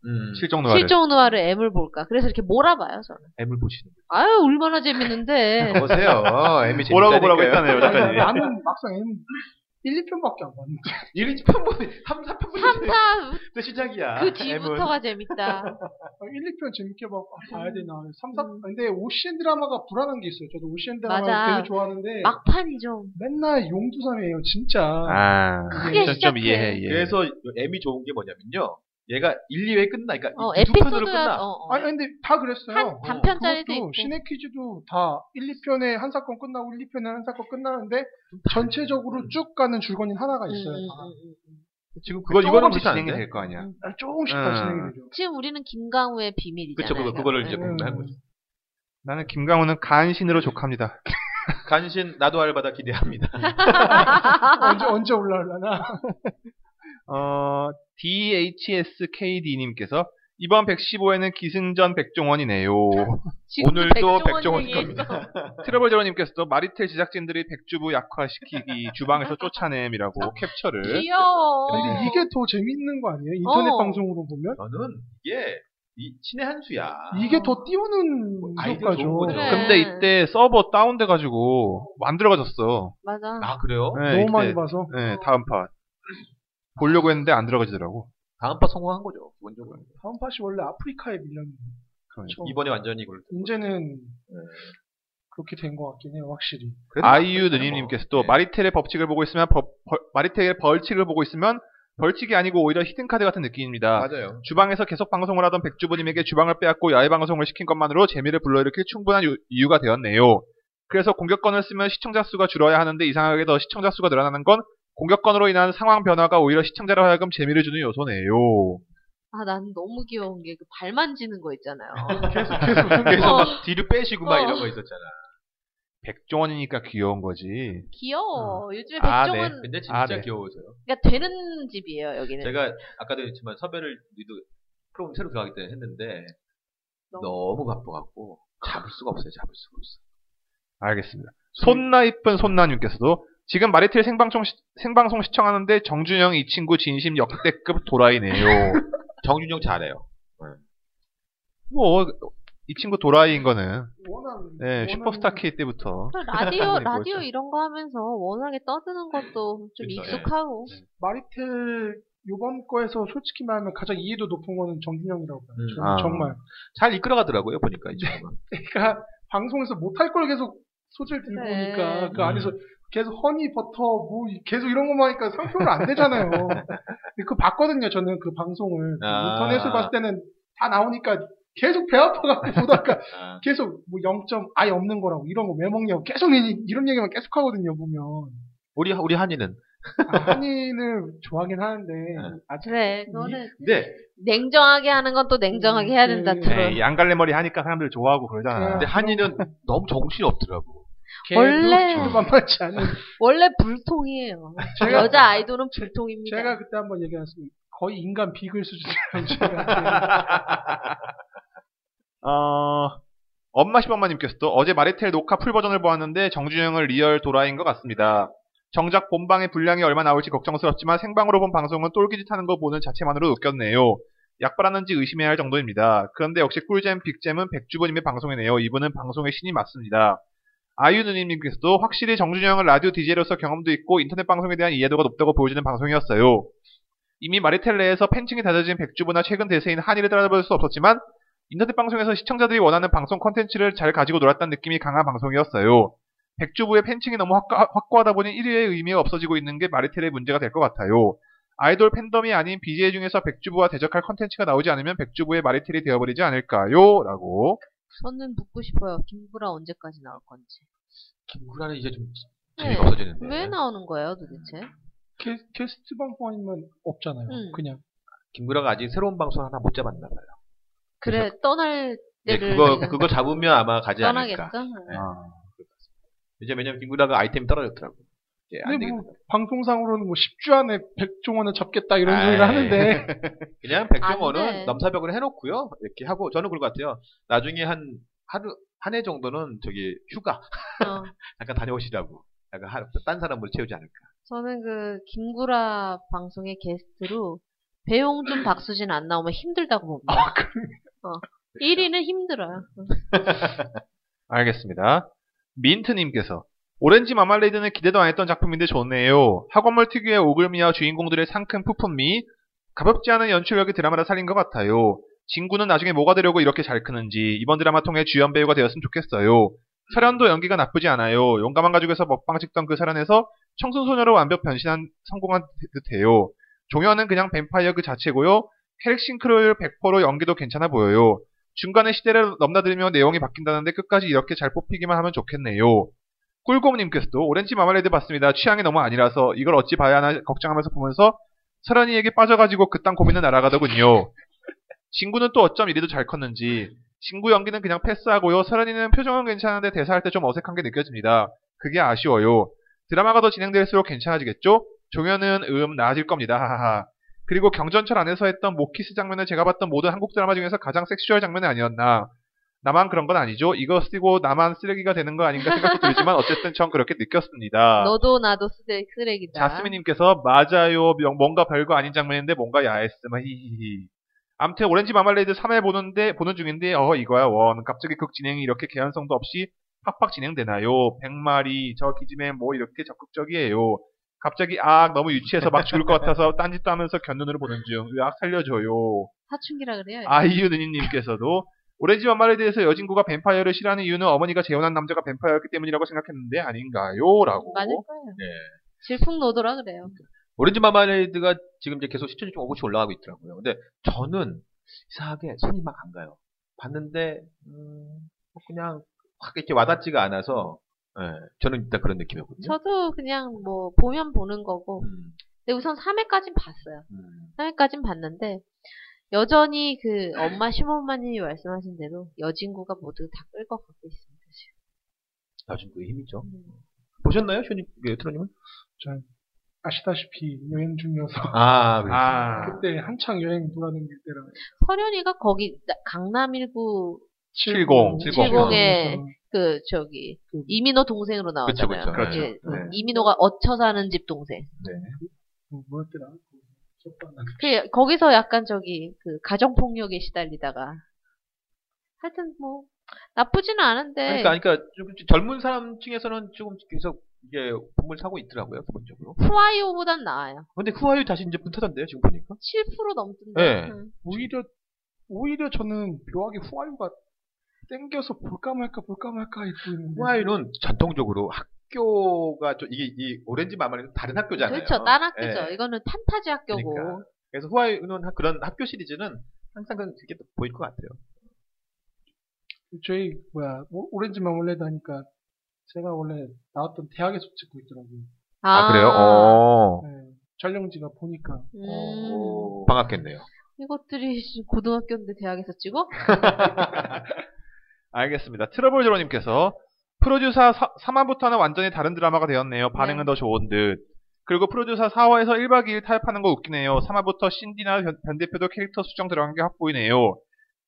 음, 실 실종 노화를. 실종 누아르 M을 볼까? 그래서 이렇게 몰아봐요 저는. M을 보시는 아유 얼마나 재밌는데. 거예요. 보세요. [laughs] M이 뭐라고 뭐라고 했다네요, 아니, 작가님. 나는 막상 애는 1, 2편밖에 안 봤는데. 1, 2편보다 3, 4편보다 3사 시작이야. 그 뒤부터가 재밌다. 1, 2편 재밌게 봐, 봐야 되나. 3, 4, 음. 근데 오시엔 드라마가 불안한 게 있어요. 저도 오시엔 드라마 맞아. 되게 좋아하는데 막판이 좀 맨날 용두삼이에요, 진짜. 아, 크게 좀, 좀 시작해. 예. 이해해. 이해해. 그래서 M이 좋은 게 뭐냐면요. 얘가 1, 2회 끝나. 그러니까 어, 이- 이두 편으로 에피소드야. 끝나. 어, 어. 아니, 근데 다 그랬어요. 한 단편짜리도 그것도 있고. 신의 퀴즈도 다 1, 2편에 한 사건 끝나고 1, 2편에 한 사건 끝나는데 음. 전체적으로 쭉 가는 줄거리는 하나가 음, 있어요. 음, 다. 음, 음, 음. 지금 그거 이거랑 조금씩 비슷 안 진행이 돼? 될 거 아니야. 아, 조금씩 다 음. 진행이 되죠. 지금 우리는 김강우의 비밀이잖아요. 그쵸, 그거, 그거를 이제 음. 공부한 거죠. 나는 김강호는 간신으로 족합니다. 간신, 나도 알바다 기대합니다. [laughs] 언제, 언제 올라올라나? 어, DHSKD님께서 이번 115회는 [laughs] 기승전 백종원이네요. 지금 오늘도 백종원 백종원 얘기해서 트러블 제로님께서도 마리텔 제작진들이 백주부 약화시키기 주방에서 쫓아냄이라고 캡처를 예. 귀여워. 어. 근데 이게 더 재밌는 거 아니에요? 인터넷 어. 방송으로 보면? 저는 이게 이 신의 한 수야. 이게 더 띄우는 아이디어 좋은 효과죠. 네. 거죠. 그래. 근데 이때 서버 다운돼가지고 안 들어가졌어. 맞아. 아, 그래요? 네, 너무 이때, 많이 봐서. 네, 다음 판 보려고 했는데 안 들어가지더라고. 다음 파 성공한 거죠, 기본적으로. 다운팟이 원래 아프리카에 밀렸는데. 그러니까. 이번에 완전히 이걸. 이제는 네. 그렇게 된 것 같긴 해요, 확실히. 아이유 누님님께서도 네. 마리텔의 법칙을 보고 있으면 법- 벌- 마리텔의 벌칙을 보고 있으면 벌칙이 아니고 오히려 히든 카드 같은 느낌입니다. 맞아요. 주방에서 계속 방송을 하던 백주부님에게 주방을 빼앗고 야외 방송을 시킨 것만으로 재미를 불러일으킬 충분한 유- 이유가 되었네요. 그래서 공격권을 쓰면 시청자 수가 줄어야 하는데 이상하게 더 시청자 수가 늘어나는 건 공격권으로 인한 상황 변화가 오히려 시청자로 하여금 재미를 [laughs] 주는 요소네요. 아, 난 너무 귀여운 게 그 발 만지는 거 있잖아요. 그래서 막 뒤를 빼시고 막 어. 이런 거 있었잖아. 백종원이니까 귀여운 거지. 귀여워. 요즘에 아, 백종원 근데 진짜 아, 네. 귀여워서요. 그러니까 되는 집이에요, 여기는. 제가 아까도 했지만 섭외를 우리도 프로그램 새로 들어가기 때문에 했는데 너무- 너무 바빠갖고 잡을 수가 없어요. 잡을 수가 없어. 알겠습니다. 네. 손나 이쁜 손나님께서도 지금 마리텔 생방송, 시, 생방송 시청하는데 정준영 이 친구 진심 역대급 도라이네요. [laughs] 정준영 잘해요. 네. 뭐, 이 친구 도라이인 거는, 워낙. 네, 슈퍼스타 K 때부터. 그 라디오 그거 라디오 있죠. 이런 거 하면서 워낙에 떠드는 것도 좀 그쵸, 익숙하고 마리텔 요번 거에서 솔직히 말하면 가장 이해도 높은 거는 정준영이라고 봐요. 음. 저는 아. 정말. 잘 이끌어가더라고요. 보니까 네. 이 친구가. 그러니까 방송에서 못할 걸 계속 소질 들고 그래. 오니까 그 음. 안에서 계속 허니 버터 뭐 계속 이런 것만 하니까 상표를 안 [laughs] 되잖아요. 근데 그 봤거든요. 저는 그 방송을 그 아. 인터넷을 봤을 때는 다 나오니까 계속 배 아파가지고 보다가 [laughs] 아, 계속 뭐 0점 아예 없는 거라고 이런 거 왜 먹냐고 계속 이- 이런 얘기만 계속 하거든요. 보면 우리 우리 한이는 아, 한인을 좋아하긴 하는데 아직 네, 그래 음. 그거는 근데 냉정하게 하는 건 또 냉정하게 해야 된다 음, 들어. 에이, 양갈래머리 하니까 사람들 좋아하고 그러잖아. 근데 한이는 너무 정신이 없더라고. 원래- 그러니까. 개도 만만치 [laughs] 않은 원래 불통이에요. 제가- 여자 아이돌은 불통입니다. 제가 그때 한번 얘기했습니다. 거의 인간 비글 수준이라고 [laughs] 제가 어, 엄마 시범마님께서도 어제 마리텔 녹화 풀 버전을 보았는데 정준영을 리얼 도라인 것 같습니다. 정작 본방의 분량이 얼마 나올지 걱정스럽지만 생방으로 본 방송은 똘끼짓 하는 거 보는 자체만으로 웃겼네요. 약발하는지 의심해야 할 정도입니다. 그런데 역시 꿀잼, 빅잼은 백주부님의 방송이네요. 이분은 방송의 신이 맞습니다. 아이유 누님님께서도 확실히 정준영은 라디오 DJ로서 경험도 있고 인터넷 방송에 대한 이해도가 높다고 보여지는 방송이었어요. 이미 마리텔 내에서 팬층이 다져진 백주부나 최근 대세인 한이를 따라잡을 수 없었지만 인터넷 방송에서 시청자들이 원하는 방송 컨텐츠를 잘 가지고 놀았다는 느낌이 강한 방송이었어요. 백주부의 팬층이 너무 확- 확고하다 보니 1위의 의미가 없어지고 있는 게 마리텔의 문제가 될 것 같아요. 아이돌 팬덤이 아닌 BJ 중에서 백주부와 대적할 컨텐츠가 나오지 않으면 백주부의 마리텔이 되어버리지 않을까요? 라고. 저는 묻고 싶어요. 김구라 언제까지 나올 건지. 김구라는 이제 좀 네. 재미가 없어지는데. 왜 나오는 거예요, 도대체? 게, 게스트 방송이면 없잖아요. 음. 그냥 김구라가 아직 새로운 방송 하나 못 잡았나 봐요. 그래 떠날 네, 때를 그거 지금 그거 잡으면 아마 가지 않을까. 떠나겠죠. 이제 왜냐면 김구라가 아이템이 떨어졌더라고. 이제 안 네, 근데 되겠다. 뭐 방송상으로는 뭐 10주 안에 백종원을 잡겠다 이런 소리를 아이. 하는데 [laughs] 그냥 안 돼. 백종원은 넘사벽을 해놓고요. 이렇게 하고 저는 그럴 것 같아요. 나중에 한 하루 한 해 정도는 저기 휴가 어. 잠깐 다녀오시라고. 약간 하- 딴 사람으로 채우지 않을까. 저는 그 김구라 방송의 게스트로 배용준, 박수진 안 나오면 힘들다고 봅니다. 1위는 힘들어요. 알겠습니다. 민트님께서 오렌지 마말레이드는 기대도 안 했던 작품인데 좋네요. 학원물 특유의 오글미와 어, 주인공들의 상큼 푸푼미, 가볍지 않은 연출력이 드라마를 살린 것 같아요. 진구는 나중에 뭐가 되려고 이렇게 잘 크는지 이번 드라마 통해 주연 배우가 되었으면 좋겠어요. 설현도 연기가 나쁘지 않아요. 용감한 가족에서 먹방 찍던 그 설현에서 청순소녀로 완벽 변신한 성공한 듯해요. 종현은 그냥 뱀파이어 그 자체고요. 캐릭 싱크로율 100%로 연기도 괜찮아 보여요. 중간에 시대를 넘나들며 내용이 바뀐다는데 끝까지 이렇게 잘 뽑히기만 하면 좋겠네요. 꿀곰님께서도 오렌지 마말레드 봤습니다. 취향이 너무 아니라서 이걸 어찌 봐야 하나 걱정하면서 보면서 설현이에게 빠져가지고 그딴 고민은 날아가더군요. 진구는 또 어쩜 이리도 잘 컸는지 진구 연기는 그냥 패스하고요. 설현이는 표정은 괜찮은데 대사할 때 좀 어색한 게 느껴집니다. 그게 아쉬워요. 드라마가 더 진행될수록 괜찮아지겠죠? 종현은 음 나아질 겁니다. 하하하. 그리고 경전철 안에서 했던 모키스 장면은 제가 봤던 모든 한국 드라마 중에서 가장 섹슈얼 장면이 아니었나. 나만 그런 건 아니죠. 이거 쓰고 나만 쓰레기가 되는 거 아닌가 생각도 들지만 어쨌든 전 그렇게 [laughs] 느꼈습니다. 너도 나도 쓰레, 쓰레기다. 아. 자스미님께서 아, 맞아요. 명- 뭔가 별거 아닌 장면인데 뭔가 야했으마 히히히. 암튼 오렌지 마말레이드 3회 보는데 보는 중인데 어 이거야 원 갑자기 극 진행이 이렇게 개연성도 없이 팍팍 진행되나요? 100마리 저 기집애 뭐 이렇게 적극적이에요. 갑자기 아 너무 유치해서 막 죽을 것 같아서 [laughs] 딴짓도 하면서 견눈으로 보는 중. 으악 살려줘요. 사춘기라 그래요. 아이유 누님께서도 오렌지 마마에 대해서 여진구가 뱀파이어를 싫어하는 이유는 어머니가 재혼한 남자가 뱀파이어였기 때문이라고 생각했는데 아닌가요? 라고. 맞을 거예요. 네. 질풍노도라 그래요. 오렌지 마마레이드가 지금 이제 계속 시청률이 좀 오고치 올라가고 있더라고요. 근데 저는 이상하게 손이 막 안 가요. 봤는데 음, 뭐 그냥 확 이렇게 와닿지가 않아서 예, 저는 일단 그런 느낌이었거든요. 저도 그냥 뭐 보면 보는 거고. 음, 근데 우선 3회까진 봤어요. 음. 3회까진 봤는데 여전히 그 엄마 시모마님이 말씀하신 대로 여진구가 모두 다 끌고 가고 있습니다. 지금. 요즘 그게 힘이죠. 음. 보셨나요, 쇼님, 예, 트로님은? 전 아시다시피 여행 중이어서 아, 아. 그때 한창 여행 돌아다닐 때라 서련이가 거기 나- 강남일구 70, 70. 그 저기 그- 이민호 동생으로 나왔잖아요. 그쵸, 그쵸. 예, 그렇죠. 네. 이민호가 어처 사는 집 동생. 뭐, 뭐였더라? 그 기억도 안 나네. 그 거기서 약간 저기 그 가정 폭력에 시달리다가 하여튼 뭐 나쁘지는 않은데 그러니까, 그러니까 좀 젊은 사람 층에서는 조금 계속 이게 붐을 사고 있더라고요, 기본적으로. 후아이오보단 나아요. 근데 후아유 다시 이제 분 터졌네요, 지금 보니까. 7% 넘던데. 음. 네. 응. 오히려 오히려 저는 묘하게 후아유가 땡겨서 볼까 말까 볼까 말까 했고 있는데 후아유는 전통적으로 학교가 좀 이게 이 오렌지 마마리는 다른 학교잖아요. 그렇죠. 딴 학교죠. 예. 이거는 판타지 학교고. 그러니까. 그래서 후아유는 하- 그런 학교 시리즈는 항상 그런 그게 또 보일 것 같아요. 저희 뭐야 오- 오렌지 마멀레드 하니까 제가 원래 나왔던 대학에서 찍고 있더라고요. 아, 아, 어. 네, 촬영지가 보니까 음. 반갑겠네요. 이것들이 고등학교인데 대학에서 찍어? 알겠습니다. 트러블 제로님께서 프로듀사 3화부터는 완전히 다른 드라마가 되었네요. 반응은 더 좋은 듯. 그리고 프로듀사 4화에서 1박 2일 타협하는 거 웃기네요. 3화부터 신디나 변, 변 대표도 캐릭터 수정 들어간 게 확보이네요.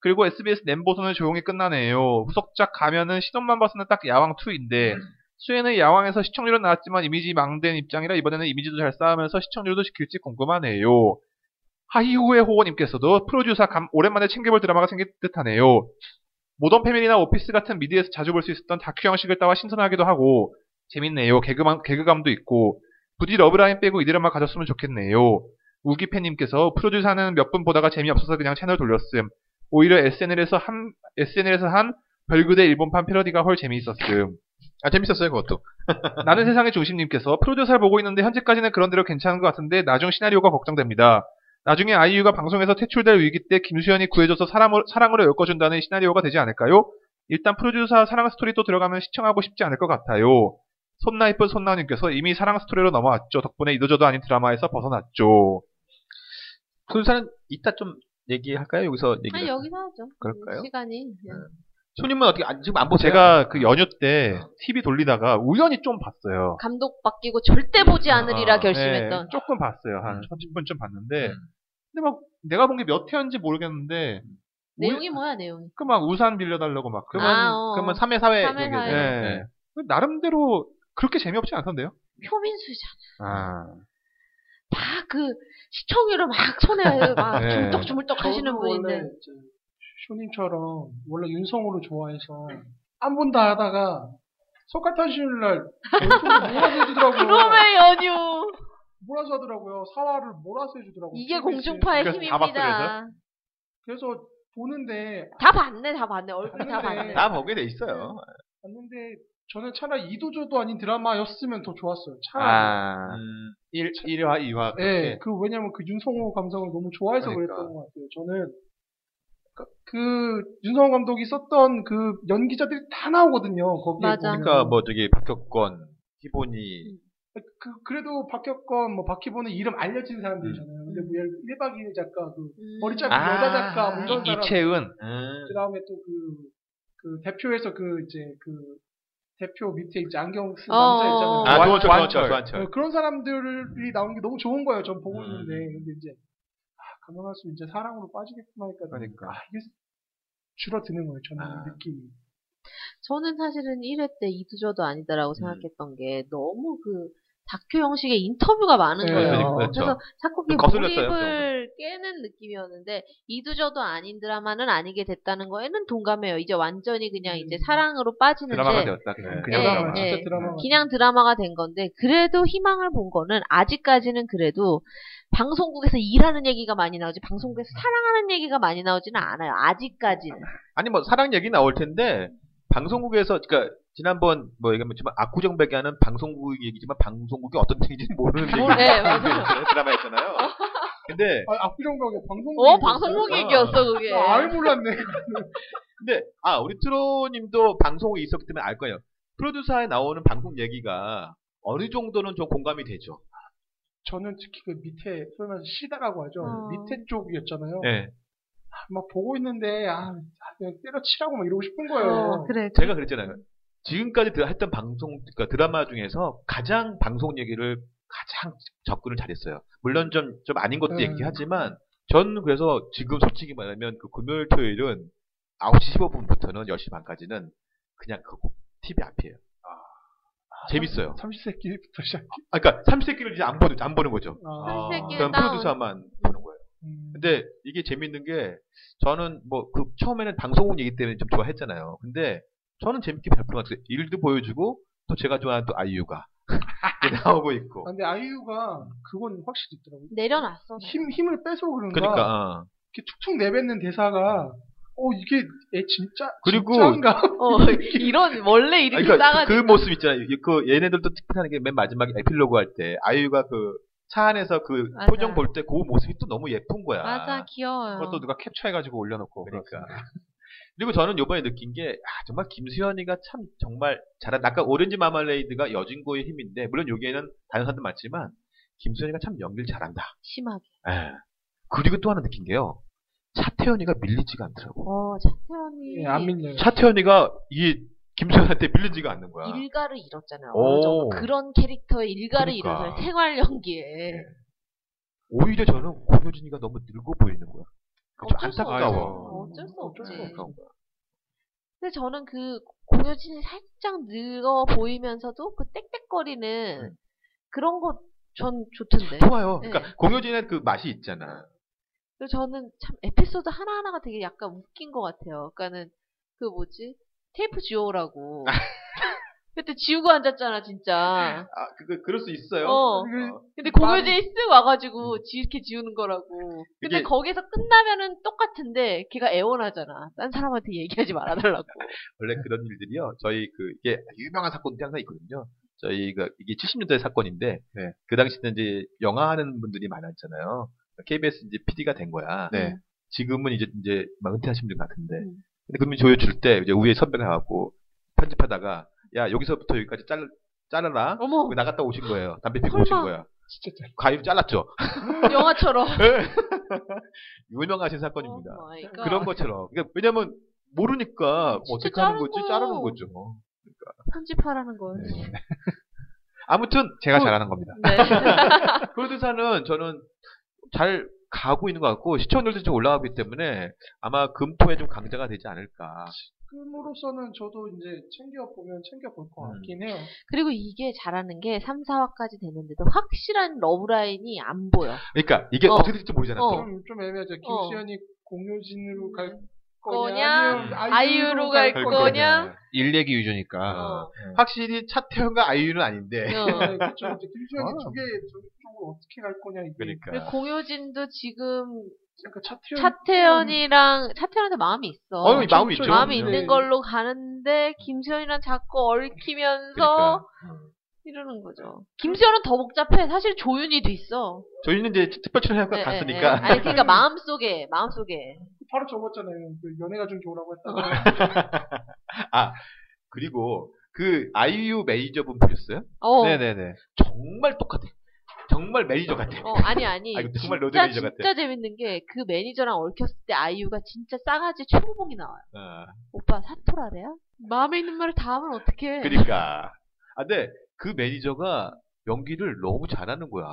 그리고 SBS nem보선은 조용히 끝나네요. 후속작 가면은 시동만 봐서는 딱 야왕2인데 수혜는 야왕에서 시청률은 나왔지만 이미지 망된 입장이라 이번에는 이미지도 잘 쌓으면서 시청률도 지킬지 궁금하네요. 하이후의 호호님께서도 프로듀사 감 오랜만에 챙겨볼 드라마가 생길 듯하네요. 모던 패밀리나 오피스 같은 미디에서 자주 볼 수 있었던 다큐 형식을 따와 신선하기도 하고 재밌네요. 개그감, 개그감도 있고 부디 러브라인 빼고 이 드라마 가졌으면 좋겠네요. 우기팬님께서 프로듀사는 몇 분 보다가 재미없어서 그냥 채널 돌렸음. 오히려 SNL에서 한 SNL에서 한 별그대 일본판 패러디가 훨 재미있었음. 아 재밌었어요 그것도. [laughs] 나는 세상의 중심님께서 프로듀서를 보고 있는데 현재까지는 그런대로 괜찮은 것 같은데 나중 시나리오가 걱정됩니다. 나중에 아이유가 방송에서 퇴출될 위기 때 김수현이 구해줘서 사람으로, 사랑으로 엮어준다는 시나리오가 되지 않을까요? 일단 프로듀서 사랑 스토리 또 들어가면 시청하고 싶지 않을 것 같아요. 손나 이쁜 손나님께서 이미 사랑 스토리로 넘어왔죠. 덕분에 이도저도 아닌 드라마에서 벗어났죠. 손사는 이따 좀 얘기할까요 여기서 얘기. 아니 여기서 하죠. 음, 그럴까요? 시간이. 예. 손님은 어떻게 안- 지금 안 보세요? 제가 그 연휴 때 TV 돌리다가 우연히 좀 봤어요. 감독 바뀌고 절대 보지 않으리라 아, 결심했던. 네, 조금 봤어요. 한 음. 30분쯤 봤는데 음. 근데 막 내가 본 게 몇 회인지 모르겠는데 내용이 뭐야 내용이? 그막 우산 빌려달라고 막 그러면 아, 어. 그러면 3회 4회 삼회, 얘기해요. 사회. 예. 네. 나름대로 그렇게 재미없지 않던데요? 표민수잖아. 아, 다 그 시청률을 막 손에 막 네. 주물떡주물떡 하시는 저는 원래 분인데. 저 쇼님처럼 원래 윤성호를 좋아해서 안 본다 하다가 석가탄신일날 [laughs] 몰아서 해주더라고요. 그놈의 연유. 몰아서 하더라고요. 사활을 몰아서 해주더라고요. 이게 KBS. 공중파의 그래서 다 봤어, 힘입니다. 그래서 보는데 다 봤네, 다 봤네. 얼굴 다 봤네. 봤는데 다 보게 돼 있어요. 봤는데 저는 차라리 이도저도 아닌 드라마였으면 더 좋았어요. 차라리. 아, 음, 1, 1화, 2화. 예, 그렇게. 그 왜냐면 그 윤성호 감성을 너무 좋아해서 그 그러니까. 랬던것 같아요. 저는 그- 그 윤성호 감독이 썼던 그 연기자들이 다 나오거든요. 거기에 맞아. 보면. 그러니까 뭐 저기 박혁권, 희본이 그, 그래도 박혁건, 뭐 박희보는 이름 알려진 사람들이잖아요. 근데 뭐 예를 들어 1박 2일 작가, 그 음. 머리 짧은 아, 여자 작가, 뭐 이런 이- 사람. 이채은. 그 다음에 또 그, 그 대표에서 그 이제 그 대표 밑에 이제 안경 쓴 남자 어. 있잖아요. 아, 완- 완철. 도원철, 도원철, 도원철. 네, 그런 사람들이 나온 게 너무 좋은 거예요. 전 보고 음. 있는데. 근데 이제, 아, 가면 할수 이제 사랑으로 빠지겠구나 하니까. 그러니까. 아, 이게 줄어드는 거예요. 저는 아. 느낌이. 저는 사실은 1회 때 이두저도 아니다라고 생각했던 게 너무 그 다큐 형식의 인터뷰가 많은 네, 거예요. 그렇죠. 그래서 자꾸 그 좀 거슬렸어요, 몰입을 깨는 느낌이었는데 이두저도 아닌 드라마는 아니게 됐다는 거에는 동감해요. 이제 완전히 그냥 음. 이제 사랑으로 빠지는데 드라마가 되었다. 그냥, 네. 그냥 네, 드라마. 네. 진짜 드라마. 그냥 드라마가 된 건데 그래도 희망을 본 거는 아직까지는 그래도 방송국에서 일하는 얘기가 많이 나오지 방송국에서 사랑하는 얘기가 많이 나오지는 않아요. 아직까지는. 아니 뭐 사랑 얘기 나올 텐데 방송국에서 그러니까 지난번 뭐 얘기했지만 아쿠정백이 하는 방송국 얘기지만 방송국이 어떤 얘기인지 모르는 얘기 네, 맞아요. 드라마였잖아요. 근데 아, 악부정각에 방송. 어 방송국 아. 얘기였어 그게. 음. 아, 아예 몰랐네. 근데 아 우리 트로님도 방송에 있었기 때문에 알 거예요. 프로듀서에 나오는 방송 얘기가 어느 정도는 좀 공감이 되죠. 저는 특히 그 밑에, 소위 말해서 시다라고 하죠. 어. 밑에 쪽이었잖아요. 네. 막 보고 있는데, 아, 그냥 때려치라고 막 이러고 싶은 거예요. 어, 그래. 제가 그랬잖아요. 지금까지 드- 했던 방송, 그러니까 드라마 중에서 가장 방송 얘기를 가장 접근을 잘했어요. 물론 좀, 좀 아닌 것도 음. 얘기하지만, 저는 그래서 지금 솔직히 말하면 그 금요일, 토요일은 9시 15분부터는 10시 반까지는 그냥 그 TV 앞이에요. 재밌어요. 삼시세끼부터 시작. 아, 그러니까 삼시세끼를 이제 안 보는, 안 보는 거죠. 아. 삼시세끼. 그냥 다운. 프로듀서만 보는 거예요. 음. 근데 이게 재밌는 게 저는 뭐 그 처음에는 방송국 얘기 때문에 좀 좋아했잖아요. 근데 저는 재밌게 잘 풀어놨어요. 일도 보여주고 또 제가 좋아하는 또 아이유가 [laughs] 이렇게 나오고 아, 있고. 근데 아이유가 그건 확실히 있더라고요. 내려놨어. 내가. 힘, 힘을 빼서 그런가. 그러니까 어. 이렇게 툭툭 내뱉는 대사가 어 이게 얘 진짜 그리고- 진짜인가? 어, [laughs] 이런 원래 이렇게 아니, 그러니까 싸가지고 그 모습 있잖아요. 이- 그 얘네들도 특별하는 게 맨 마지막에 에필로그 할 때 아이유가 그 차 안에서 그 맞아. 표정 볼 때 그 모습이 또 너무 예쁜 거야. 맞아 귀여워요. 그것도 누가 캡처해가지고 올려놓고. 그러니까. 그렇습니다. 그리고 저는 요번에 느낀 게, 아, 정말 김수현이가 참, 정말 잘한, 아까 오렌지 마말레이드가 여진고의 힘인데, 물론 여기에는 다른 사람도 많지만, 김수현이가 참 연기를 잘한다. 심하게. 예. 그리고 또 하나 느낀 게요, 차태현이가 밀리지가 않더라고. 어 차태현이 예, 안 밀려요. 차태현이가 이 김수현한테 밀리지가 않는 거야. 일가를 잃었잖아요. 오. 어느 정도 그런 캐릭터의 일가를 그러니까. 예. 잃어서 생활 연기에 오히려 저는 고효진이가 너무 늙어 보이는 거야. 그좀 어쩔 수 안타까워. 없지. 어쩔 수 없지. 어쩔 수 없어. 안타까운 거야. 근데 저는 그 공효진이 살짝 늙어 보이면서도 그 땡땡거리는 음. 그런 거 전 좋던데. 좋아요. 네. 그러니까 공효진의 그 맛이 있잖아. 그래서 저는 참 에피소드 하나하나가 되게 약간 웃긴 것 같아요. 그러니까는 그 뭐지 테이프 지우라고. [laughs] 그때 지우고 앉았잖아 진짜. 아, 그, 그럴 수 있어요. 어. 그- 근데 많이- 공효진이 쓱 와가지고 지 이렇게 지우는 거라고. 근데 이게- 거기서 끝나면은 똑같은데 걔가 애원하잖아. 딴 사람한테 얘기하지 말아달라고. 원래 네. 그런 일들이요. 저희 그 이게 유명한 사건들이 항상 있거든요. 저희 그 이게 70년대 사건인데 네. 그 당시는 이제 영화 하는 분들이 많았잖아요. KBS 이제 PD가 된 거야. 네. 지금은 이제 이제 막 은퇴하신 분 같은데. 음. 근데 그러면 조여줄 때 이제 위에 선배가 나왔고 편집하다가 야 여기서부터 여기까지 잘 잘라라. 어머 그리고 나갔다 오신 거예요. 담배 피고 설마. 오신 거야. 진짜 잘- 과일 잘랐죠. 영화처럼. [laughs] 유명하신 사건입니다. 오 마이 갓. 그런 것처럼. 그러니까 왜냐면 모르니까 어. 진짜 어떻게 하는 거지? 자르고. 자르는 거죠. 편집하라는 거였지. 네. 아무튼 제가 그- 잘하는 [laughs] 겁니다. 네. [laughs] 프로듀서는 저는 잘 가고 있는 것 같고 시청률도 좀 올라가기 때문에 아마 금토에 좀 강자가 되지 않을까. 지금으로서는 저도 이제 챙겨 보면 챙겨 볼 음. 것 같긴 해요. 그리고 이게 잘하는 게 3, 4화까지 되는데도 확실한 러브라인이 안 보여. 그러니까 이게 어. 어. 떻게 될지 모르잖아요. 어. 또. 좀, 좀 애매하죠. 어. 김수현이 공효진으로 갈 거냐? 아이유로 갈 할 거냐? 네. 일렉이 위주니까. 어. 확실히 차태현과 아이유는 아닌데. 어. 그렇죠. 이제 김수현이 아. 저게 저쪽으로 어떻게 갈 거냐 이게. 그러니까. 그리고 공효진도 지금 그러니까 차태현 차태현이랑 차태현한테 마음이 있어. 어, 마음이 있죠. 마음이 그럼요. 있는 네. 걸로 가는데 김수현이랑 자꾸 얽히면서 그러니까. 이러는 거죠. 김수현은 더 복잡해. 사실 조윤이도 있어. 저희는 이제 특별 출연하고 예, 예, 갔으니까. 예. 아니 그러니까 마음 속에 마음 속에. 바로 적었잖아요. 그 연애가 좀 겨우라고 어. 했다가. 그리고 그 아이유 매니저분 보셨어요? 어. 네네네. 정말 똑같아. 정말 매니저 같아. 어 아니 아니. 아, 이거 정말 로드 진짜 매니저 같아. 진짜 재밌는 게 그 매니저랑 얽혔을 때 아이유가 진짜 싸가지 최고봉이 나와요. 어, 오빠 사토라래야? 마음에 있는 말을 다 하면 어떡해. 그러니까. 아, 근데 그 매니저가 연기를 너무 잘하는 거야.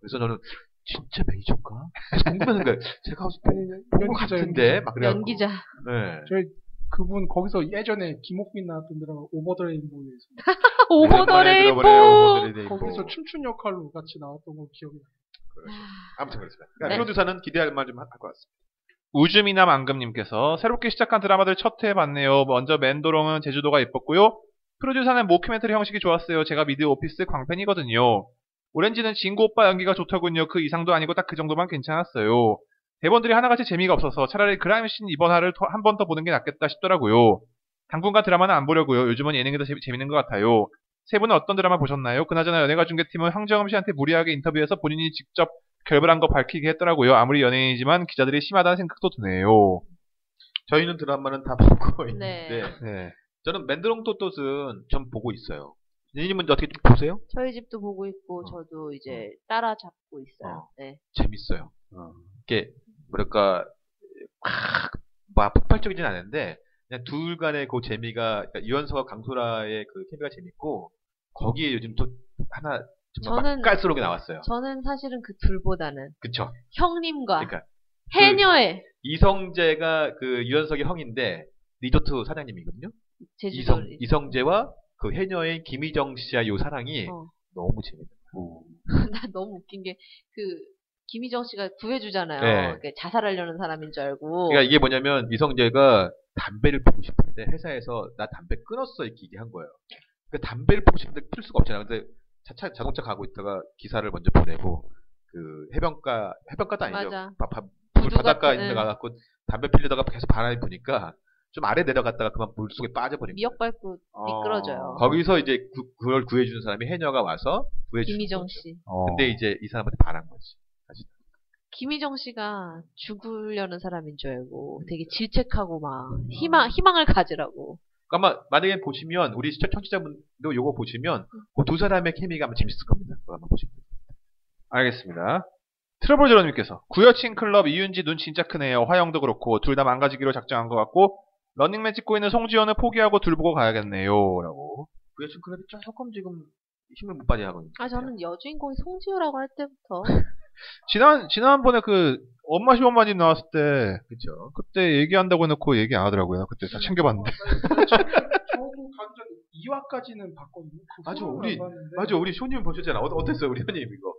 그래서 저는 진짜 매니저인가? 그래서 궁금한 거예요. 제가 아니, 본 연기자, 어, 같은데 막 그래요. 연기자. 네. 그분 거기서 예전에 김옥빈 나왔던 데랑 오버 더 레인보우에서 오버 더 오랜만에 레인보우. 네, 들어보네요, 오버 더 레인보우. 거기서 춤춘 역할로 같이 나왔던 걸 기억이 나요. 아무튼 그렇습니다. 그러니까 네. 프로듀서는 기대할 만 좀 할 것 같습니다. 우주미남 앙금님께서 새롭게 시작한 드라마들 첫 해 봤네요. 먼저 맨도롱은 제주도가 예뻤고요. 프로듀서는 모큐멘터리 형식이 좋았어요. 제가 미드 오피스 광팬이거든요. 오렌지는 진고 오빠 연기가 좋더군요. 그 이상도 아니고 딱 그 정도만 괜찮았어요. 대본들이 하나같이 재미가 없어서 차라리 그라임씬 이번 화를 한 번 더 보는 게 낫겠다 싶더라고요. 당분간 드라마는 안 보려고요. 요즘은 예능이 더 재미, 재밌는 것 같아요. 세 분은 어떤 드라마 보셨나요? 그나저나 연예가 중계팀은 황정음 씨한테 무리하게 인터뷰해서 본인이 직접 결별한 거 밝히게 했더라고요. 아무리 연예인이지만 기자들이 심하다는 생각도 드네요. 저희는 드라마는 다 보고 네. 있는데 네. 저는 맨드롱 또또은 전 보고 있어요. 니님은 어떻게 좀 보세요? 저희 집도 보고 어. 있고 저도 이제 따라잡고 있어요. 네. 재밌어요. 이게 뭐랄까 막, 막 폭발적이진 않은데 그냥 둘 간의 그 재미가 그러니까 유연서와 강소라의 그 케미가 재밌고 거기에 요즘 또 하나 정말 저는- 맛깔스럽게 나왔어요. 저는 사실은 그 둘보다는 그쵸? 형님과 그러니까 해녀의 이성재가 그 유연석의 형인데 리조트 사장님이거든요. 제주도 이성 이성재와 그 해녀의 김희정 씨와 요 사랑이 어. 너무 재밌어요. [laughs] 나 너무 웃긴 게 그 김희정 씨가 구해주잖아요. 네. 그 자살하려는 사람인 줄 알고. 그러니까 이게 뭐냐면 이성재가 담배를 피우고 싶은데 회사에서 나 담배 끊었어 이렇게 얘기한 거예요. 그 담배를 피우고 싶은데 필 수가 없잖아. 근데 자차 자동차 가고 있다가 기사를 먼저 보내고 그 해변가 해변가도 아니죠. 맞아. 예. 바, 바, 구두 바닷가 같은, 있는 데 가갖고 담배 피려다가 계속 바람이 부니까 좀 아래 내려갔다가 그만 물 속에 어, 빠져버린 거예요. 미역 밟고 미끄러져요. 거기서 이제 그, 그걸 구해주는 사람이 해녀가 와서 구해주는 김희정 거죠. 씨. 어. 근데 이제 이 사람한테 반한 거지. 김희정 씨가 죽으려는 사람인 줄 알고 되게 질책하고 막 어. 희망 희망을 가지라고. 그러니까 아마 만약에 보시면 우리 시청 청취자분도 요거 보시면 음. 그 두 사람의 케미가 아마 재밌을 겁니다. 그거 한번 보시면. 알겠습니다. 트러블 저러님께서 구여친 클럽 이윤지 눈 진짜 크네요. 화영도 그렇고 둘 다 망가지기로 작정한 것 같고 런닝맨 찍고 있는 송지연을 포기하고 둘 보고 가야겠네요.라고. 구여친 클럽이 조금 지금 힘을 못 발휘 하고 있는. 아 저는 여주인공이 송지효라고 할 때부터 지난 지난번에 그 엄마 시엄마님 나왔을 때 그렇죠. 그때 얘기한다고 해놓고 얘기 안 하더라고요. 그때 다 챙겨봤는데. 저도 감전 2화까지는 봤거든요. 그 맞아, 후로는 우리- 안 봤는데. 맞아 우리 쇼님 보셨잖아. 어, 어땠어요 우리 현님 이거?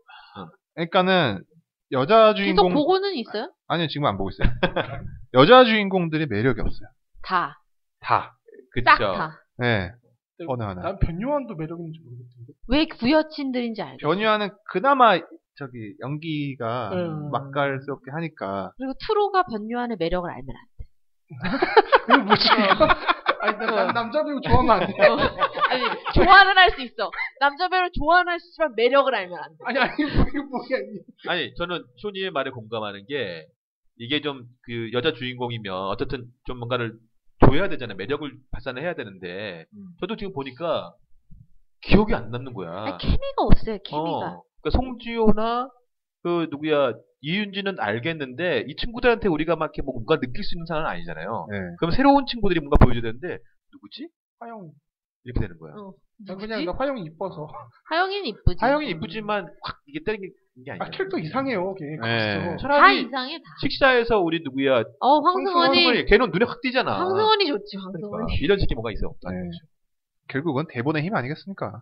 그러니까는 여자 계속 주인공 보고는 있어요? 아니요 지금 안 보고 있어요. [laughs] 여자 주인공들이 매력이 없어요. 다. 다. 그쵸. 싹 다. 네. 네, 어느 하나. 난 변요한도 매력 있는지 모르겠던데. 왜 구여친들인지 알죠? 변유아는 그나마 저기 연기가 음. 맛깔스럽게 하니까 그리고 트로가 변요한의 매력을 알면 안 돼. 그게 뭐지? [laughs] 아니 나, 난 남자 배우 좋아하면 [laughs] 안 돼. 아니, 좋아는 할 수 있어. 남자 배우는 좋아는 할 수 있지만 매력을 알면 안 돼. 아니 아니 이게 뭐야 이게. 아니 저는 쇼님의 말에 공감하는 게 이게 좀 그 여자 주인공이면 어쨌든 좀 뭔가를 줘야 되잖아요. 매력을 발산을 해야 되는데 저도 지금 보니까 기억이 안 남는 거야. 아니, 케미가 없어요, 케미가. 어, 그러니까 송지효나 그 누구야 이윤지는 알겠는데 이 친구들한테 우리가 막 이렇게 뭐 뭔가 느낄 수 있는 사람은 아니잖아요. 네. 그럼 새로운 친구들이 뭔가 보여줘야 되는데 누구지? 화영. 이렇게 되는 거야. 어, 난 누구지? 그냥 나 화영이 이뻐서. 하영이는 이쁘지. 하영이 이쁘지만 확 이게 때리는 게 아니야. 아 캐릭터 이상해요 걔. 네. 거기서. 다 차라리 이상해, 다. 식사에서 우리 누구야 어, 황승원이 황승원이. 걔는 눈에 확 띄잖아. 황승원이 좋지, 황승원이. 그러니까 이런 식의 뭐가 있어. 네. 결국은 대본의 힘 아니겠습니까?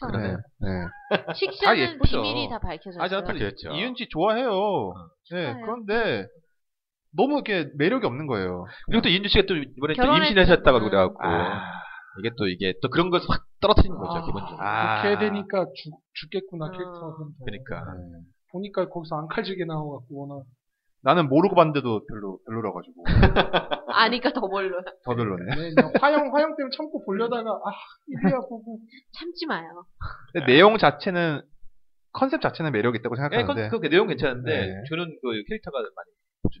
그렇죠. 그러네. 네. 다 식션은 예쁘죠. 아, 비밀이 다 밝혀졌어요. 아, 저는 또 그렇죠. 이윤지 좋아해요. 네, 좋아요. 그런데 너무 이렇게 매력이 없는 거예요. 그리고 또 이인주 씨가 또 이번에 또 결혼했- 임신하셨다고 그래갖고 아, 이게 또 이게 또 그렇죠, 그런 것을 확 떨어뜨리는 거죠 아. 기본적으로. 아. 그렇게 되니까 죽, 죽겠구나 아. 캐릭터가 그럼 더. 네. 그러니까 보니까 거기서 안 칼지게 나와갖고 워낙 나는 모르고 봤는데도 별로 별로라 가지고 아니까 더 멀로 더 별로네. 네, 그냥 화영 화영 때문에 참고 보려다가 아 이리야 보고 참지 마요. 근데 내용 자체는 컨셉 자체는 매력이 있다고 예, 생각하는데 그, 그, 그 내용 괜찮은데 아, 네. 저는 그 캐릭터가 많이